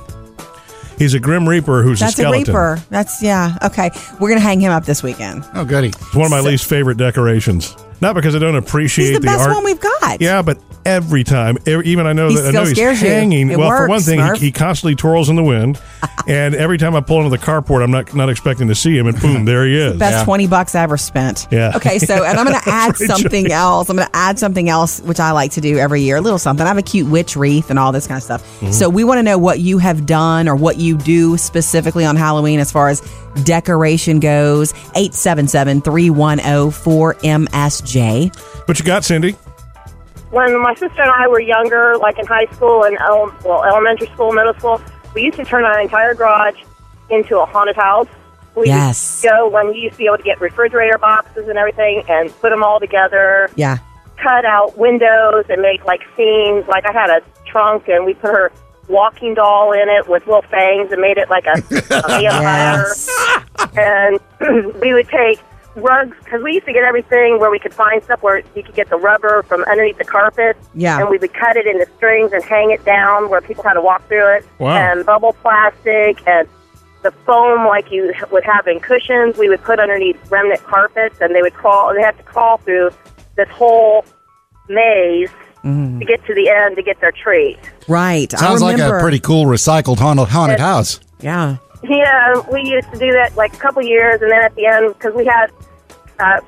Speaker 2: He's a Grim Reaper who's
Speaker 3: That's
Speaker 2: a
Speaker 3: a
Speaker 2: skeleton.
Speaker 3: reaper. That's yeah. Okay, we're gonna hang him up this weekend.
Speaker 5: Oh, goody.
Speaker 2: It's one of my least favorite decorations. Not because I don't appreciate
Speaker 3: He's the, best
Speaker 2: art.
Speaker 3: one we've got.
Speaker 2: yeah, but every time, every, even I know
Speaker 3: He
Speaker 2: that I
Speaker 3: still
Speaker 2: know he's
Speaker 3: scares you.
Speaker 2: hanging.
Speaker 3: It
Speaker 2: well, for
Speaker 3: works,
Speaker 2: one thing,
Speaker 3: Smurf.
Speaker 2: he, he constantly twirls in
Speaker 3: <laughs>
Speaker 2: the wind, and every time I pull into the carport, I'm not not expecting to see him, and boom, there he is.
Speaker 3: Best twenty bucks I ever spent.
Speaker 2: Yeah.
Speaker 3: Okay, so and I'm
Speaker 5: <laughs>
Speaker 3: going to add
Speaker 2: That's right,
Speaker 3: something
Speaker 2: Jody.
Speaker 3: else. I'm going to add something else, which I like to do every year, a little something. I have a cute witch wreath and all this kind of stuff.
Speaker 5: Mm-hmm.
Speaker 4: Mhm.
Speaker 3: So we want to know what you have done or what you do specifically on Halloween as far as decoration goes. 877 310 4MSJ.
Speaker 2: What you got, Cindy?
Speaker 17: when my sister and I were younger, like in high school and ele- well, elementary school, middle school, we used to turn our entire garage into a haunted house. We used
Speaker 3: Yes.
Speaker 17: to go when you used to be able to get refrigerator boxes and everything and put them all together,
Speaker 3: Yeah.
Speaker 17: cut out windows and make like scenes. Like I had a trunk and we put her walking doll in it with little fangs and made it like a, a vampire.
Speaker 5: <laughs>
Speaker 17: and <clears throat> we would take rugs because we used to get everything where we could find stuff where you could get the rubber from underneath the carpet.
Speaker 3: Yeah.
Speaker 17: And we would cut it into strings and hang it down where people had to walk through it.
Speaker 3: Wow.
Speaker 17: And bubble plastic and the foam like you would have in cushions. We would put underneath remnant carpets, and they would crawl. They had to crawl through this whole maze to get to the end to get their treat.
Speaker 3: Right.
Speaker 5: Sounds like a pretty cool recycled haunted, haunted house.
Speaker 3: Yeah.
Speaker 17: Yeah, uh, we used to do that like a couple years, and then at the end, because we had uh,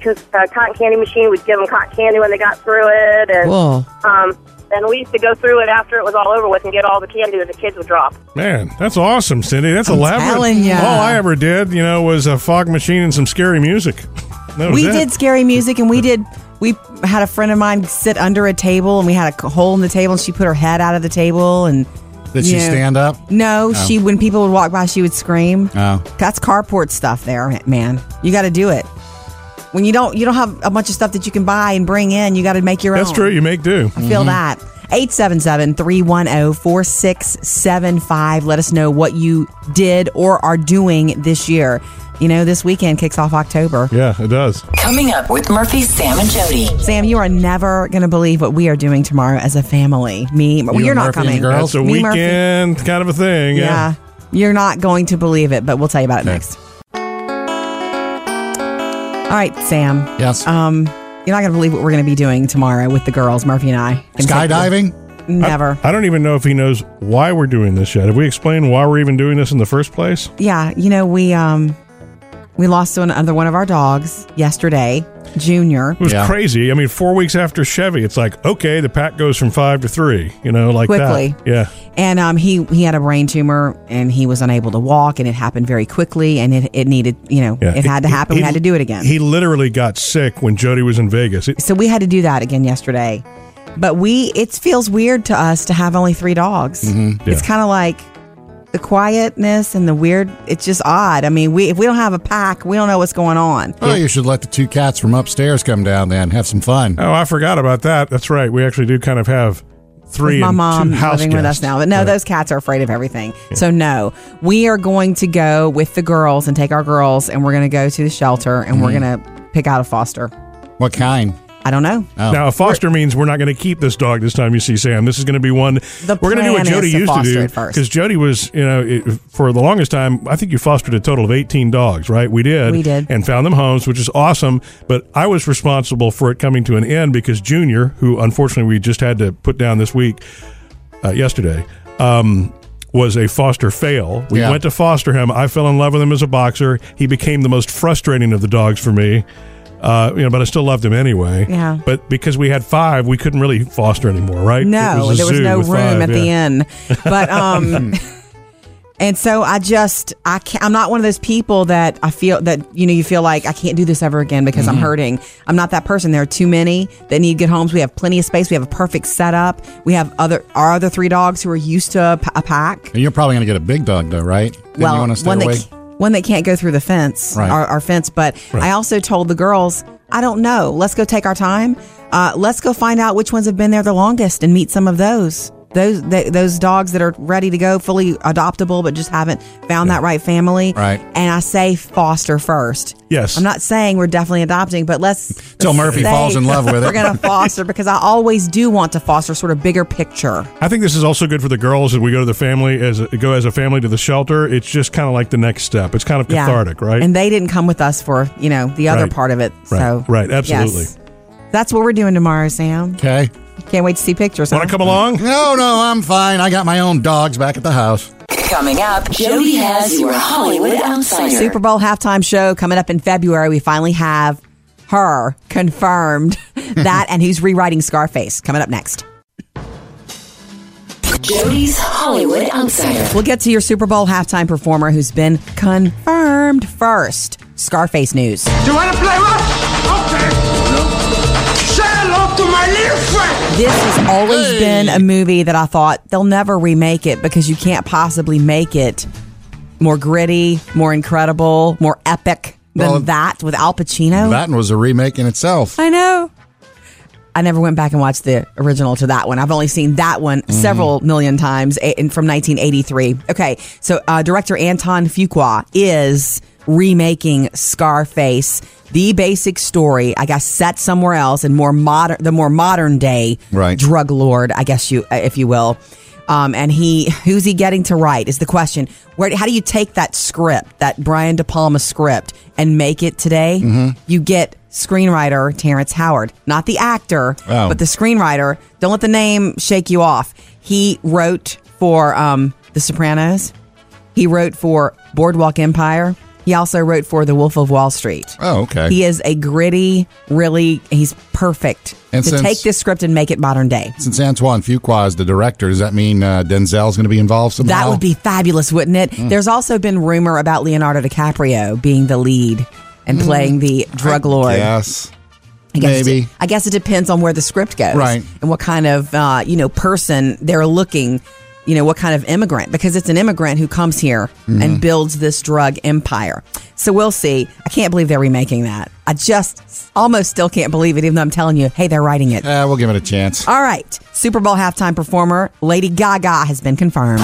Speaker 17: cause, uh, cotton candy machine, we'd give them cotton candy when they got through it, and
Speaker 2: Whoa.
Speaker 17: um, and we used to go through it after it was all over with and get all the candy that the kids would drop.
Speaker 2: Man, that's awesome, Cindy. That's elaborate.
Speaker 3: telling ya.
Speaker 2: All I ever did, you know, was a fog machine and some scary music. <laughs> That was
Speaker 3: we
Speaker 2: it.
Speaker 3: did scary music and we did we had a friend of mine sit under a table and we had a hole in the table and she put her head out of the table and
Speaker 5: Did she
Speaker 3: you know-
Speaker 5: stand up?
Speaker 3: no
Speaker 5: Oh.
Speaker 3: she when people would walk by she would scream
Speaker 5: Oh.
Speaker 3: that's carport stuff there man you got to do it when you don't you don't have a bunch of stuff that you can buy and bring in you got to make your
Speaker 2: That's
Speaker 3: own
Speaker 2: true. You make do.
Speaker 3: I feel that. 877 310 4675. Let us know what you did or are doing this year. You know, this weekend kicks off October.
Speaker 2: Yeah, it does.
Speaker 4: Coming up with Murphy, Sam, and Jody.
Speaker 3: Sam, you are never going to believe what we are doing tomorrow as a family. Me, well,
Speaker 2: You
Speaker 3: you're
Speaker 2: and
Speaker 3: not
Speaker 2: Murphy and
Speaker 3: coming.
Speaker 2: the girls? That's a
Speaker 3: Me, Murphy.
Speaker 2: weekend kind of a thing, yeah.
Speaker 3: You're not going to believe it, but we'll tell you about it next. All right, Sam.
Speaker 5: Yes.
Speaker 3: Um, you're not going to believe what we're going to be doing tomorrow with the girls, Murphy and I.
Speaker 2: Skydiving?
Speaker 3: Never.
Speaker 2: I, I don't even know if he knows why we're doing this yet. Have we explained why we're even doing this in the first place?
Speaker 3: Yeah, you know we um we lost another one of our dogs yesterday, Junior.
Speaker 2: It was crazy. I mean, four weeks after Chevy, it's like, okay, the pack goes from five to three, you know, like
Speaker 3: Quickly.
Speaker 2: that. Yeah.
Speaker 3: And um, he he had a brain tumor and he was unable to walk and it happened very quickly and it, it needed you know
Speaker 2: Yeah.
Speaker 3: it had to happen we had to do it again
Speaker 2: He literally got sick when Jody was in Vegas. It-
Speaker 3: so we had to do that again yesterday but we it feels weird to us to have only three dogs
Speaker 2: Mhm.
Speaker 3: it's
Speaker 2: Yeah.
Speaker 3: kind of like the quietness and the weird it's just odd I mean we if we don't have a pack we don't know what's going on
Speaker 5: Well, Oh, you should let the two cats from upstairs come down then. Have
Speaker 3: <laughs>
Speaker 5: some fun.
Speaker 2: <laughs> oh, I forgot about that. That's right. We actually do kind of have three
Speaker 3: with my
Speaker 2: and
Speaker 3: mom
Speaker 2: two house
Speaker 3: living with us
Speaker 2: guests.
Speaker 3: now. But no, those cats are afraid of everything. So no, we are going to go with the girls and take our girls, and we're going to go to the shelter, and we're
Speaker 2: Mhm.
Speaker 3: going to pick out a foster.
Speaker 5: What kind?
Speaker 3: I don't know.
Speaker 2: Now, a foster means we're not going to keep this dog this time. You see, Sam, this is going to be one we're going to
Speaker 3: plan
Speaker 2: do what
Speaker 3: is
Speaker 2: Jody
Speaker 3: to
Speaker 2: used to
Speaker 3: foster
Speaker 2: do
Speaker 3: it first.
Speaker 2: because Jody was, you know, it, for the longest time. I think you fostered a total of eighteen dogs, right? We did,
Speaker 3: We did.
Speaker 2: and found them homes, which is awesome. But I was responsible for it coming to an end because Junior, who unfortunately we just had to put down this week, uh, yesterday. Um, was a foster fail. We
Speaker 5: Yeah.
Speaker 2: went to foster him. I fell in love with him as a boxer. He became the most frustrating of the dogs for me. Uh, you know, but I still loved him anyway.
Speaker 3: Yeah.
Speaker 2: But because we had five, we couldn't really foster anymore, right? It
Speaker 3: No,
Speaker 2: a
Speaker 3: there was
Speaker 2: zoo
Speaker 3: no room
Speaker 2: with five,
Speaker 3: at
Speaker 2: yeah. Hmm.
Speaker 3: the end. But
Speaker 2: <laughs>
Speaker 3: um, and so I just I can't, I'm not one of those people that I feel that you know you feel like I can't do this ever again because I'm
Speaker 2: Mm-hmm.
Speaker 18: Mhm.
Speaker 3: hurting. I'm not that person. There are too many that need good homes. We have plenty of space. We have a perfect setup. We have other our other three dogs who are used to a, p- a pack.
Speaker 5: And You're probably going to get a big dog, though, right? Then you want to stay
Speaker 3: one
Speaker 5: away?
Speaker 3: that one that can't go through the fence,
Speaker 5: Right.
Speaker 3: our, our fence. But I also told the girls, I don't know. Let's go take our time. Uh, let's go find out which ones have been there the longest and meet some of those. Those th- those dogs that are ready to go, fully adoptable, but just haven't found that right family.
Speaker 5: Right.
Speaker 3: And I say foster first.
Speaker 2: Yes.
Speaker 3: I'm not saying we're definitely adopting, but let's
Speaker 5: Till
Speaker 3: let's
Speaker 5: Murphy
Speaker 3: say
Speaker 5: falls in love with
Speaker 3: <laughs>
Speaker 5: it.
Speaker 3: We're gonna foster because I always do want to foster sort of bigger picture.
Speaker 2: I think this is also good for the girls that we go to the family as a, go as a family to the shelter. It's just kind of like the next step. It's kind of cathartic, right?
Speaker 3: And they didn't come with us for you know the other
Speaker 2: Right.
Speaker 3: part of it.
Speaker 2: Right.
Speaker 3: So
Speaker 2: Right. Absolutely.
Speaker 3: yes. That's what we're doing tomorrow, Sam.
Speaker 5: Okay.
Speaker 3: Can't wait to see pictures. Want to
Speaker 2: come along?
Speaker 5: No, no, I'm fine. I got my own dogs back at the house.
Speaker 4: Coming up, Jody has your Hollywood Outsider.
Speaker 3: Super Bowl halftime show coming up in February. We finally have her confirmed. <laughs> that and who's rewriting Scarface coming up next.
Speaker 4: Jody's Hollywood Outsider.
Speaker 3: We'll get to your Super Bowl halftime performer who's been confirmed first. Scarface news.
Speaker 6: Do you want to play rough? Okay. Say hello to my little friend.
Speaker 3: This has always been a movie that I thought they'll never remake it because you can't possibly make it more gritty, more incredible, more epic than
Speaker 5: Well,
Speaker 3: that with Al Pacino.
Speaker 5: That one was a remake in itself.
Speaker 3: I know. I never went back and watched the original to that one. I've only seen that one
Speaker 5: Mm-hmm.
Speaker 3: several million times a- and from 1983. Okay, so uh, director Anton Fuqua is remaking Scarface, the basic story, I guess, set somewhere else in more modern, the more modern day
Speaker 5: Right.
Speaker 3: drug lord, I guess you, uh, if you will. Um, and he, who's he getting to write is the question. Where, how do you take that script, that Brian De Palma script, and make it today?
Speaker 5: Mhm.
Speaker 3: You get screenwriter Terrence Howard, not the actor,
Speaker 5: Oh.
Speaker 3: but the screenwriter. Don't let the name shake you off. He wrote for um, The Sopranos. He wrote for Boardwalk Empire. He also wrote for The Wolf of Wall Street.
Speaker 5: Oh, okay.
Speaker 3: He is a gritty, really, he's perfect
Speaker 5: And
Speaker 3: to
Speaker 5: since-
Speaker 3: take this script and make it modern day.
Speaker 5: Since Antoine Fuqua is the director, does that mean uh, Denzel's going to be involved somehow?
Speaker 3: That would be fabulous, wouldn't it?
Speaker 5: Mm.
Speaker 3: There's also been rumor about Leonardo DiCaprio being the lead and
Speaker 5: Mm.
Speaker 3: playing the drug lord.
Speaker 5: Yes.
Speaker 3: I guess
Speaker 5: Maybe.
Speaker 3: It, I guess it depends on where the script goes,
Speaker 5: Right.
Speaker 3: And what kind of uh, you know person they're looking, you know, what kind of immigrant because it's an immigrant who comes here
Speaker 5: Mhm.
Speaker 3: and builds this drug empire. So we'll see. I can't believe they're remaking that. I just s- almost still can't believe it, even though I'm telling you, hey, they're writing it.
Speaker 5: Uh, we'll give it a chance.
Speaker 3: All right, Super Bowl halftime performer Lady Gaga has been confirmed.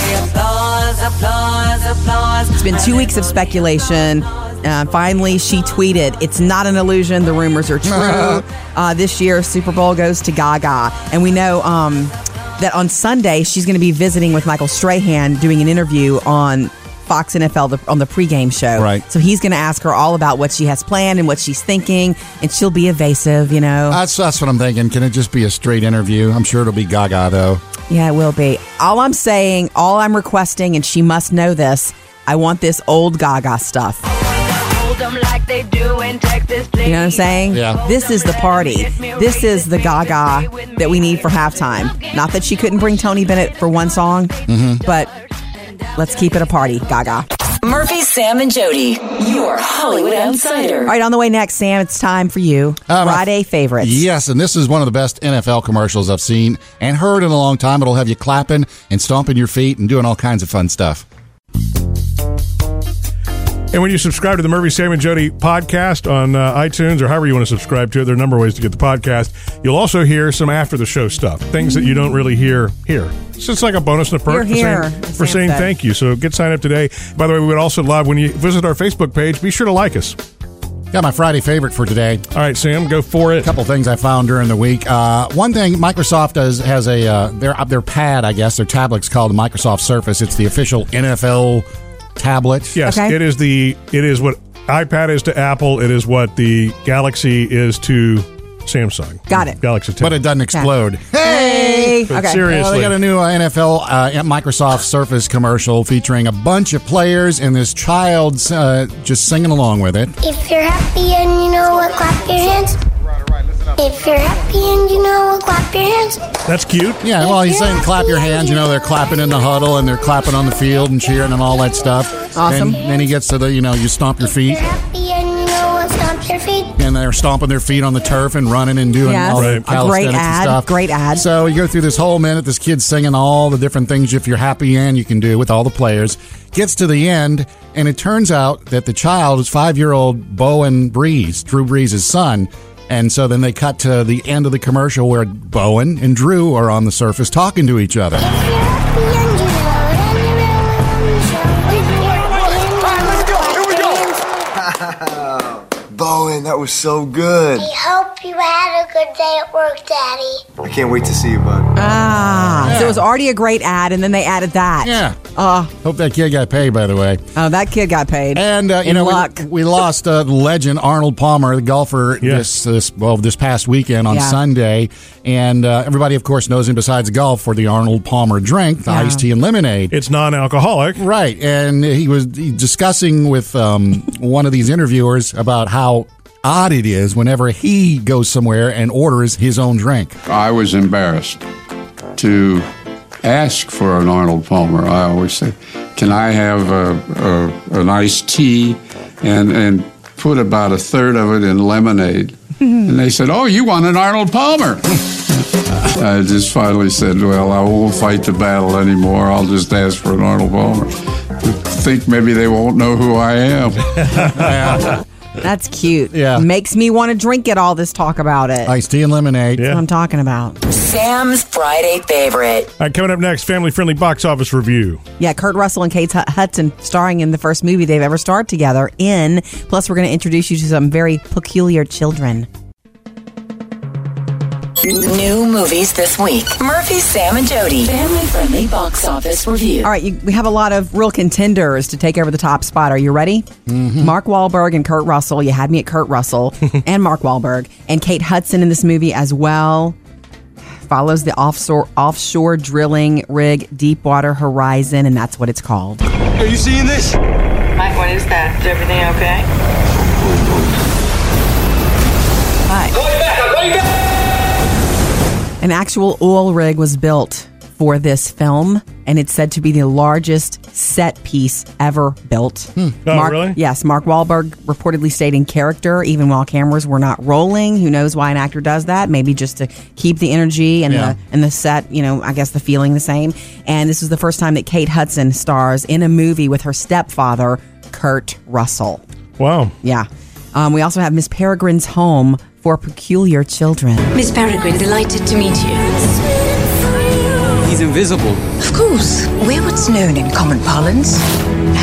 Speaker 11: Applause, applause, applause.
Speaker 3: It's been two weeks of speculation. Uh, finally, she tweeted, It's not an illusion. The rumors are true. uh, this year, Super Bowl goes to Gaga. And we know um, that on Sunday, she's going to be visiting with Michael Strahan doing an interview on Fox NFL the, on the pregame show. Right. So he's going to ask her all about what she has planned and what she's thinking. And she'll be evasive, you know.
Speaker 5: That's that's what I'm thinking. Can it just be a straight interview? I'm sure it'll be Gaga though.
Speaker 3: Yeah, it will be. All I'm saying, all I'm requesting, and she must know this, I want this old Gaga stuff.
Speaker 14: Hold them like they do in Texas, please.
Speaker 3: You know what I'm saying?
Speaker 14: Yeah.
Speaker 3: This is the party. This is the gaga that we need for halftime. Not that she couldn't bring Tony Bennett for one song,
Speaker 5: Mm-hmm.
Speaker 3: but let's keep it a party, gaga.
Speaker 4: Murphy, Sam, and Jody, your Hollywood
Speaker 3: All
Speaker 4: outsider.
Speaker 3: right, on the way next, Sam, it's time for you.
Speaker 5: Uh,
Speaker 3: Friday favorites.
Speaker 5: Yes, and this is one of the best NFL commercials I've seen and heard in a long time. It'll have you clapping and stomping your feet and doing all kinds of fun stuff.
Speaker 2: And when you subscribe to the Murphy, Sam, and Jody podcast on uh, iTunes or however you want to subscribe to it, there are a number of ways to get the podcast. You'll also hear some after the show stuff, things that you don't really hear here. So it's like a bonus and a perk
Speaker 3: You're here,
Speaker 2: for saying,
Speaker 3: as Sam
Speaker 2: for saying
Speaker 3: said.
Speaker 2: thank you. So get signed up today. By the way, we would also love when you visit our Facebook page, be sure to like us.
Speaker 5: Got my Friday favorite for today.
Speaker 2: All right, Sam, go for it. A
Speaker 5: couple things I found during the week. Uh, one thing, Microsoft does has a uh, their their pad, I guess, their tablet's called the Microsoft Surface. It's the official NFL tablet.
Speaker 2: Yes, it is the it is what iPad is to Apple. It is what the Galaxy is to Samsung.
Speaker 5: Got it.
Speaker 2: Galaxy 10.
Speaker 5: But it doesn't explode.
Speaker 3: Hey!
Speaker 2: But seriously.
Speaker 5: Well, they got a new uh, NFL uh, Microsoft Surface commercial featuring a bunch of players and this child uh, just singing along with it.
Speaker 6: If you're happy and you know it, clap your hands. If you're happy and you know it, clap your hands.
Speaker 2: That's cute.
Speaker 5: Yeah, well, he's saying clap your hands. You know, they're clapping in the huddle and they're clapping on the field and cheering and all that stuff.
Speaker 6: Awesome.
Speaker 5: And then he gets to the, you know, you stomp your feet
Speaker 6: Happy and you know it, stomp your feet.
Speaker 5: and they're stomping their feet on the turf and running and doing
Speaker 6: Yes.
Speaker 5: all
Speaker 6: Right.
Speaker 5: the
Speaker 6: A great
Speaker 5: calisthenics
Speaker 6: ad,
Speaker 5: and stuff.
Speaker 3: Great ad.
Speaker 5: So you go through this whole minute, this kid's singing all the different things if you're happy and you can do with all the players. Gets to the end, and it turns out that the child is five year old Bowen Breeze, Drew Breeze's son. And so then they cut to the end of the commercial where Bowen and Drew are on the surface talking to each other.
Speaker 7: Bowen, that was so good.
Speaker 6: We hope you had a good day at work, Daddy.
Speaker 7: I can't wait to see you, bud.
Speaker 3: Ah, so it was already a great ad, and then they added that.
Speaker 5: Yeah.
Speaker 3: Uh,
Speaker 5: Hope that kid got paid, by the way.
Speaker 3: oh, that kid got paid.
Speaker 5: And uh, you
Speaker 3: Good
Speaker 5: know, we-
Speaker 3: luck.
Speaker 5: We, lost uh, the legend Arnold Palmer, the golfer, this this well this past weekend on
Speaker 3: Yeah.
Speaker 5: Sunday, and uh, everybody, of course, knows him besides golf for the Arnold Palmer drink, the
Speaker 2: Yeah.
Speaker 5: iced tea and lemonade.
Speaker 2: It's non-alcoholic,
Speaker 5: right? And he was discussing with um, <laughs> one of these interviewers about how odd it is whenever he goes somewhere and orders his own drink.
Speaker 8: I was embarrassed to ask for an Arnold Palmer. I always say, "Can I have a, a, an iced tea and and put about a third of it in lemonade?" and they said, "Oh, you want an Arnold Palmer?" I just finally said, "Well, I won't fight the battle anymore. I'll just ask for an Arnold Palmer." Think maybe they won't know who I am.
Speaker 3: That's cute.
Speaker 5: Yeah.
Speaker 3: Makes me want to drink it all this talk about it.
Speaker 5: Iced tea and lemonade.
Speaker 3: That's what I'm talking about.
Speaker 4: Sam's Friday favorite.
Speaker 2: All right, coming up next, family friendly box office review.
Speaker 3: Yeah, Kurt Russell and Kate Hud- Hudson starring in the first movie they've ever starred together in. Plus, we're going to introduce you to some very peculiar children.
Speaker 4: New movies this week. Murphy, Sam, and Jody. Family friendly box office review.
Speaker 3: All right, you, we have a lot of real contenders to take over the top spot. Are you ready? Mark Wahlberg and Kurt Russell. You had me at Kurt Russell and Mark Wahlberg and Kate Hudson in this movie as well. Follows the offshore offshore drilling rig Deepwater Horizon, and that's what it's called.
Speaker 13: Are you seeing this? Mike, what is that? Is everything okay? Hi.
Speaker 3: An actual oil rig was built for this film, and it's said to be the largest set piece ever built.
Speaker 2: Oh,
Speaker 3: Mark,
Speaker 2: really?
Speaker 3: Yes, Mark Wahlberg reportedly stayed in character even while cameras were not rolling. Who knows why an actor does that? Maybe just to keep the energy and
Speaker 18: Yeah.
Speaker 3: the and the set, you know, I guess the feeling the same. And this is the first time that Kate Hudson stars in a movie with her stepfather, Kurt Russell.
Speaker 2: Wow.
Speaker 3: Yeah. Um, we also have Miss Peregrine's Home for Peculiar Children.
Speaker 19: Miss Peregrine, delighted to meet you.
Speaker 15: He's invisible.
Speaker 19: Of course, we're what's known in common parlance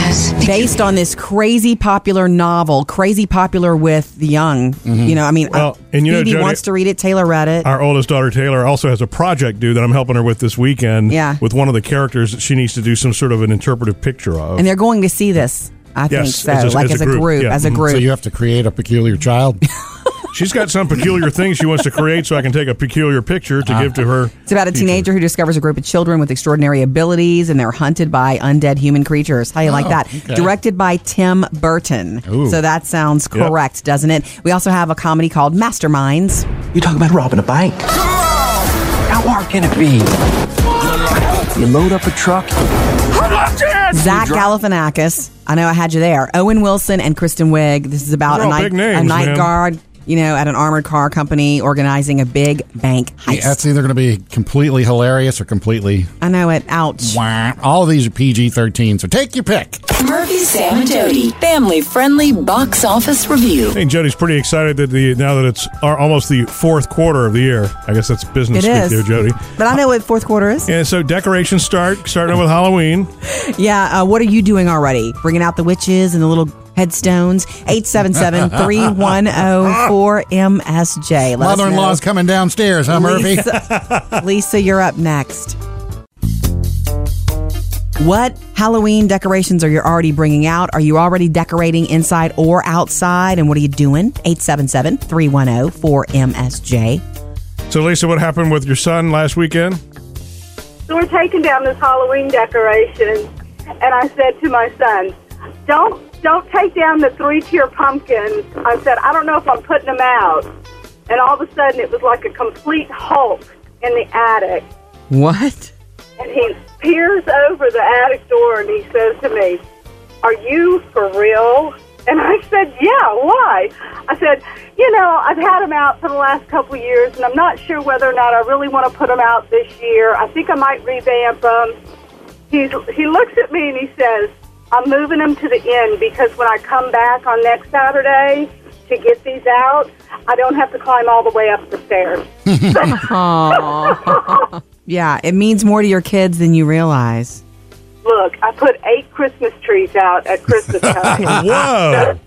Speaker 19: as
Speaker 3: based on this crazy popular novel, crazy popular with the young.
Speaker 2: Mhm.
Speaker 3: You know, I mean,
Speaker 2: Well,
Speaker 3: I,
Speaker 2: and you know,
Speaker 3: Phoebe
Speaker 2: Jody-
Speaker 3: wants to read it. Taylor read it.
Speaker 2: Our oldest daughter Taylor also has a project due that I'm helping her with this weekend.
Speaker 3: Yeah.
Speaker 2: With one of the characters that she needs to do some sort of an interpretive picture of.
Speaker 3: and they're going to see this. I
Speaker 2: Yes,
Speaker 3: think so. like as, a group,
Speaker 2: yeah.
Speaker 3: as a
Speaker 2: Mhm.
Speaker 3: group.
Speaker 5: So you have to create a peculiar child.
Speaker 2: She's got some peculiar thing she wants to create, so I can take a peculiar picture
Speaker 3: Ah.
Speaker 2: to give to her.
Speaker 3: it's about a teenager who discovers a group of children with extraordinary abilities, and they're hunted by undead human creatures. How you like
Speaker 18: Oh,
Speaker 3: that?
Speaker 18: okay.
Speaker 3: Directed by Tim Burton.
Speaker 18: Ooh.
Speaker 3: So that sounds
Speaker 18: Yep.
Speaker 3: correct, doesn't it? We also have a comedy called Masterminds.
Speaker 15: You talk about robbing a bank. How hard can it be? You load up a truck.
Speaker 3: Zach Galifianakis. I know I had you there. Owen Wilson and Kristen Wiig. This is about
Speaker 2: They're
Speaker 3: a
Speaker 2: all
Speaker 3: night,
Speaker 2: big names,
Speaker 3: a night
Speaker 2: man.
Speaker 3: guard, you know, at an armored car company organizing a big bank heist.
Speaker 5: That's either going to be completely hilarious or completely.
Speaker 3: I know it. Ouch.
Speaker 5: Wah. All of these are PG 13, so take your pick.
Speaker 4: Murphy, Sam, and Jody. Family friendly box office review.
Speaker 2: Hey, Jody's pretty excited that the now that it's our, almost the fourth quarter of the year. I guess that's business
Speaker 3: It
Speaker 2: week
Speaker 3: is.
Speaker 2: there, Jody.
Speaker 3: But I know what fourth quarter is.
Speaker 2: And so decorations start starting with Halloween.
Speaker 3: Yeah. Uh, what are you doing already? Bringing out the witches and the little
Speaker 2: <laughs>
Speaker 3: headstones. 877 310 4MSJ.
Speaker 5: Mother in law's coming
Speaker 2: <laughs>
Speaker 5: downstairs, huh, Murphy? <laughs>
Speaker 3: Lisa, Lisa, you're up next. What Halloween decorations are you already bringing out? Are you already decorating inside or outside? And what are you doing? 877 310 4MSJ.
Speaker 2: So, Lisa, what happened with your son last weekend?
Speaker 20: So we're taking down this Halloween decoration, and I said to my son, "Don't don't take down the three tier pumpkins." I said, "I don't know if I'm putting them out." And all of a sudden, it was like a complete Hulk in the attic,
Speaker 3: What?
Speaker 20: and he peers over the attic door and he says to me, "Are you for real?" And I said, "Yeah, why?" I said, "You know, I've had them out for the last couple of years, and I'm not sure whether or not I really want to put them out this year. I think I might revamp them." He he looks at me and he says, "I'm moving them to the end because when I come back on next Saturday to get these out, I don't have to climb all the way up the stairs."
Speaker 3: Aw. yeah, it means more to your kids than you realize.
Speaker 20: Look, I put eight Christmas trees out at Christmas time.
Speaker 2: Whoa.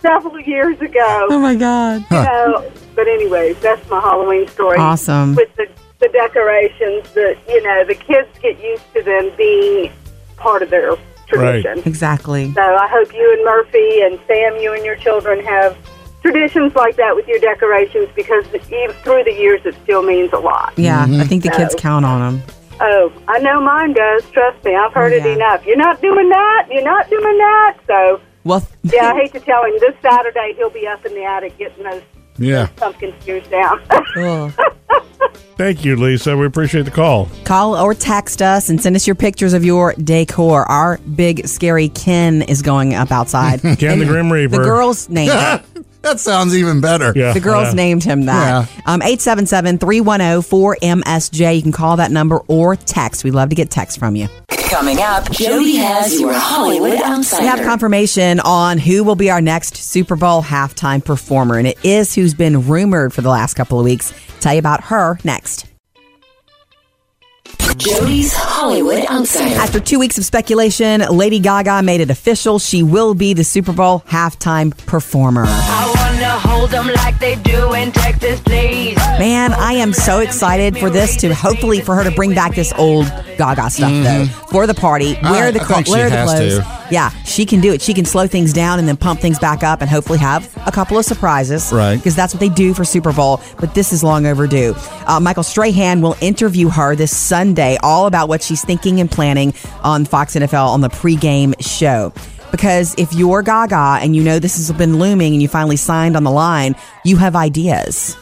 Speaker 20: Several years ago.
Speaker 3: <laughs> Oh my God.
Speaker 20: You know, but anyways, that's my Halloween story.
Speaker 3: Awesome.
Speaker 20: With the, the decorations that you know, the kids get used to them being part of their tradition.
Speaker 3: Exactly.
Speaker 20: So I hope you and Murphy and Sam, you and your children have traditions like that with your decorations because even through the years it still means a lot.
Speaker 3: Yeah, I think the kids
Speaker 20: So-
Speaker 3: count on them.
Speaker 20: Oh, I know mine does. Trust me, I've
Speaker 3: Oh,
Speaker 20: heard it enough. You're not doing that. You're not doing that. So,
Speaker 3: Well, <laughs>
Speaker 20: yeah, I hate to tell him. This Saturday, he'll be up in the attic getting those
Speaker 2: Yeah.
Speaker 20: pumpkin spears down. <laughs>
Speaker 2: Thank you, Lisa. We appreciate the call.
Speaker 3: Call or text us and send us your pictures of your decor. Our big scary Ken is going up outside.
Speaker 2: <laughs> Ken the Grim Reaper.
Speaker 3: <laughs> The girl's name.
Speaker 5: that sounds even better.
Speaker 2: <laughs> Yeah.
Speaker 3: The girls named him that. Um, oh, 877-310-4MSJ. You can call that number or text. We love to get texts from you.
Speaker 4: Coming up, Jody has your Hollywood
Speaker 3: We have
Speaker 4: outsider.
Speaker 3: confirmation on who will be our next Super Bowl halftime performer, and it is who's been rumored for the last couple of weeks. Tell you about her next.
Speaker 4: Jody's Hollywood outsider.
Speaker 3: After two weeks of speculation, Lady Gaga made it official. She will be the Super Bowl halftime performer.
Speaker 13: I wanna hold
Speaker 14: Hold 'em like they do in Texas, please.
Speaker 3: Man, I am so excited for this to hopefully for her to bring back this old Gaga stuff though for the party.
Speaker 5: I-
Speaker 3: Wear the
Speaker 5: Mm-hmm. I
Speaker 3: clo-
Speaker 5: think she
Speaker 3: wear the
Speaker 5: has
Speaker 3: clothes.
Speaker 5: to.
Speaker 3: Yeah, she can do it. She can slow things down and then pump things back up and hopefully have a couple of surprises.
Speaker 5: Right.
Speaker 3: Because that's what they do for Super Bowl, but this is long overdue. Uh, Michael Strahan will interview her this Sunday all about what she's thinking and planning on Fox NFL on the pregame show. Because if you're Gaga and you know this has been looming and you finally signed on the line, you have ideas,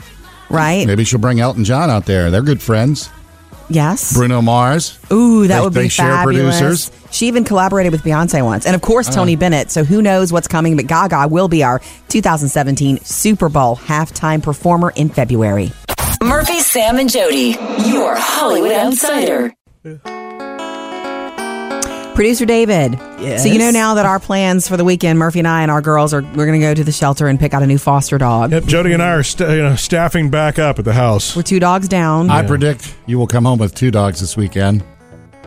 Speaker 3: right?
Speaker 5: Maybe she'll bring Elton John out there. They're good friends.
Speaker 3: Yes.
Speaker 5: Bruno Mars.
Speaker 3: Ooh, that
Speaker 5: They-
Speaker 3: would be
Speaker 5: they share
Speaker 3: fabulous.
Speaker 5: producers.
Speaker 3: She even collaborated with Beyonce once, and of
Speaker 2: Oh.
Speaker 3: course Tony
Speaker 5: Uh.
Speaker 3: Bennett. So who knows what's coming? But Gaga will be our 2017 Super Bowl halftime performer in February.
Speaker 4: Murphy, Sam, and Jody, your Hollywood outsider.
Speaker 3: Producer David. So you know
Speaker 4: Yes.
Speaker 3: now that our plans for the weekend, Murphy and I and our girls are we're going to go to the shelter and pick out a new foster dog.
Speaker 2: Yep, Jody and I are st- you know, staffing back up at the house.
Speaker 3: We're two dogs down.
Speaker 5: I predict you will come home with two dogs this weekend.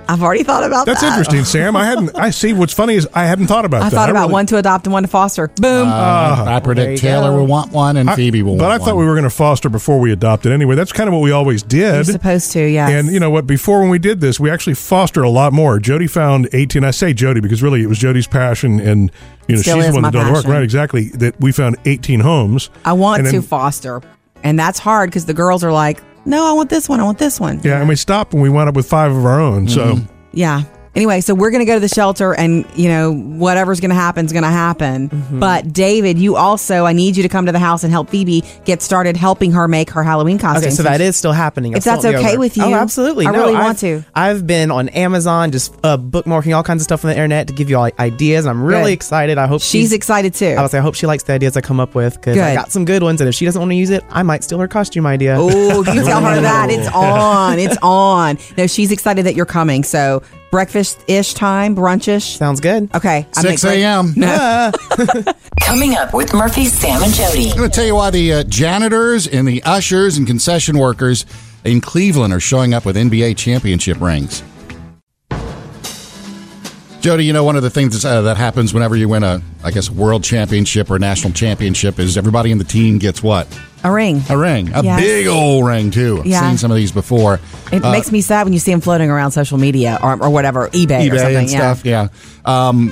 Speaker 3: I've already thought about
Speaker 2: That's
Speaker 3: that.
Speaker 2: interesting, Sam. I hadn't. I see. What's funny is I hadn't thought about
Speaker 3: I
Speaker 2: that.
Speaker 3: thought about
Speaker 2: really-
Speaker 3: one to adopt and one to foster. Boom.
Speaker 5: Uh, I
Speaker 2: There you
Speaker 5: predict Taylor
Speaker 2: go.
Speaker 5: will want one and
Speaker 2: I-
Speaker 5: Phoebe will
Speaker 2: But I
Speaker 5: want
Speaker 2: thought
Speaker 5: one.
Speaker 2: we were going to foster before we adopted. Anyway, that's kind of what we always
Speaker 3: You're
Speaker 2: did.
Speaker 3: supposed to, yes.
Speaker 2: And you know what? Before when we did this, we actually fostered a lot more. Jody found eighteen. I say Jody because really it was Jody's passion, and you know
Speaker 3: Still
Speaker 2: she's
Speaker 3: is
Speaker 2: the one
Speaker 3: my
Speaker 2: that did all the work.
Speaker 3: passion.
Speaker 2: Right? Exactly. That we found eighteen homes.
Speaker 3: I want
Speaker 2: And then-
Speaker 3: to foster, and that's hard because the girls are like, "No, I want this one. I want this one."
Speaker 2: Yeah, and we stopped and we wound up with five of our own.
Speaker 5: Mm-hmm.
Speaker 2: So
Speaker 3: Yeah. Anyway, so we're going to go to the shelter and, you know, whatever's going to happen is going to happen. But David, you also, I need you to come to the house and help Phoebe get started helping her make her Halloween costume.
Speaker 18: Okay, so that is still happening. I'm
Speaker 3: If
Speaker 18: still
Speaker 3: that's
Speaker 18: on the
Speaker 3: okay
Speaker 18: alert.
Speaker 3: with you.
Speaker 18: oh, absolutely.
Speaker 3: I
Speaker 18: No,
Speaker 3: really
Speaker 18: I've-
Speaker 3: want to.
Speaker 18: I've been on Amazon, just uh, bookmarking all kinds of stuff on the internet to give you all ideas. I'm really
Speaker 3: Good.
Speaker 18: excited. I hope
Speaker 3: She's excited too.
Speaker 18: I was like, I hope she likes the ideas I come up with because I
Speaker 3: Good.
Speaker 18: got some good ones. And if she doesn't want to use it, I might steal her costume idea.
Speaker 3: Oh, if you tell her that, it's on. It's on. No, she's excited that you're coming. So breakfast ish time,
Speaker 18: <laughs>
Speaker 3: brunchish.
Speaker 18: Sounds good.
Speaker 3: Okay. I make
Speaker 5: 6
Speaker 3: break-
Speaker 5: a.m.
Speaker 3: No.
Speaker 4: Coming up with Murphy, Sam, and Jody.
Speaker 5: I'm going to tell you why the uh, janitors and the ushers and concession workers in Cleveland are showing up with NBA championship rings. Jody, you know one of the things uh, that happens whenever you win a, I guess, world championship or national championship is everybody in the team gets what?
Speaker 3: A ring.
Speaker 5: A ring, a
Speaker 3: Yes.
Speaker 5: big old ring too. I've
Speaker 3: Yeah.
Speaker 5: seen some of these before.
Speaker 3: It
Speaker 5: Uh,
Speaker 3: makes me sad when you see them floating around social media or, or whatever, eBay, or something.
Speaker 5: and stuff. Yeah. Um,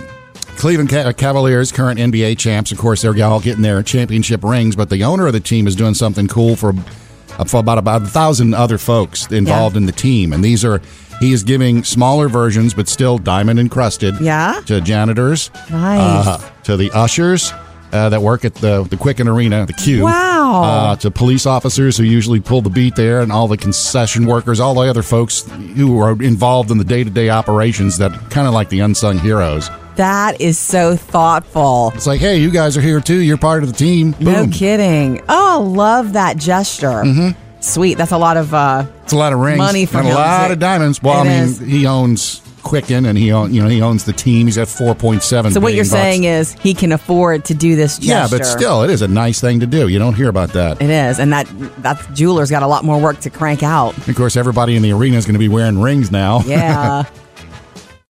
Speaker 5: Cleveland Ca- uh, Cavaliers, current NBA champs, of course, they're all getting their championship rings, but the owner of the team is doing something cool for, uh, for about about a thousand other folks involved in the team, and these are he is giving smaller versions, but still diamond encrusted.
Speaker 3: Yeah.
Speaker 5: To janitors.
Speaker 3: Nice.
Speaker 5: uh, to the ushers. Uh, that work at the the Quicken Arena, the Q.
Speaker 3: Wow.
Speaker 5: Uh, to police officers who usually pull the beat there, and all the concession workers, all the other folks who are involved in the day to day operations that kind of like the unsung heroes.
Speaker 3: That is so thoughtful.
Speaker 5: It's like, hey, you guys are here too. You're part of the team.
Speaker 3: No
Speaker 5: Boom.
Speaker 3: kidding. Oh, I love that gesture.
Speaker 5: Mm-hmm.
Speaker 3: Sweet. That's a lot of. Uh,
Speaker 5: It's a lot of rings,
Speaker 3: Money for
Speaker 5: and a
Speaker 3: him.
Speaker 5: lot of diamonds. Well, I
Speaker 3: It
Speaker 5: mean,
Speaker 3: is.
Speaker 5: he owns Quicken, and he own, you know he owns the team. He's at four point seven.
Speaker 3: so what you're saying is he can afford to do this gesture.
Speaker 5: yeah, but still, it is a nice thing to do. You don't hear about that.
Speaker 3: It is, and that that jeweler's got a lot more work to crank out.
Speaker 5: Of course, everybody in the arena is going to be wearing rings now. <laughs>
Speaker 3: Yeah.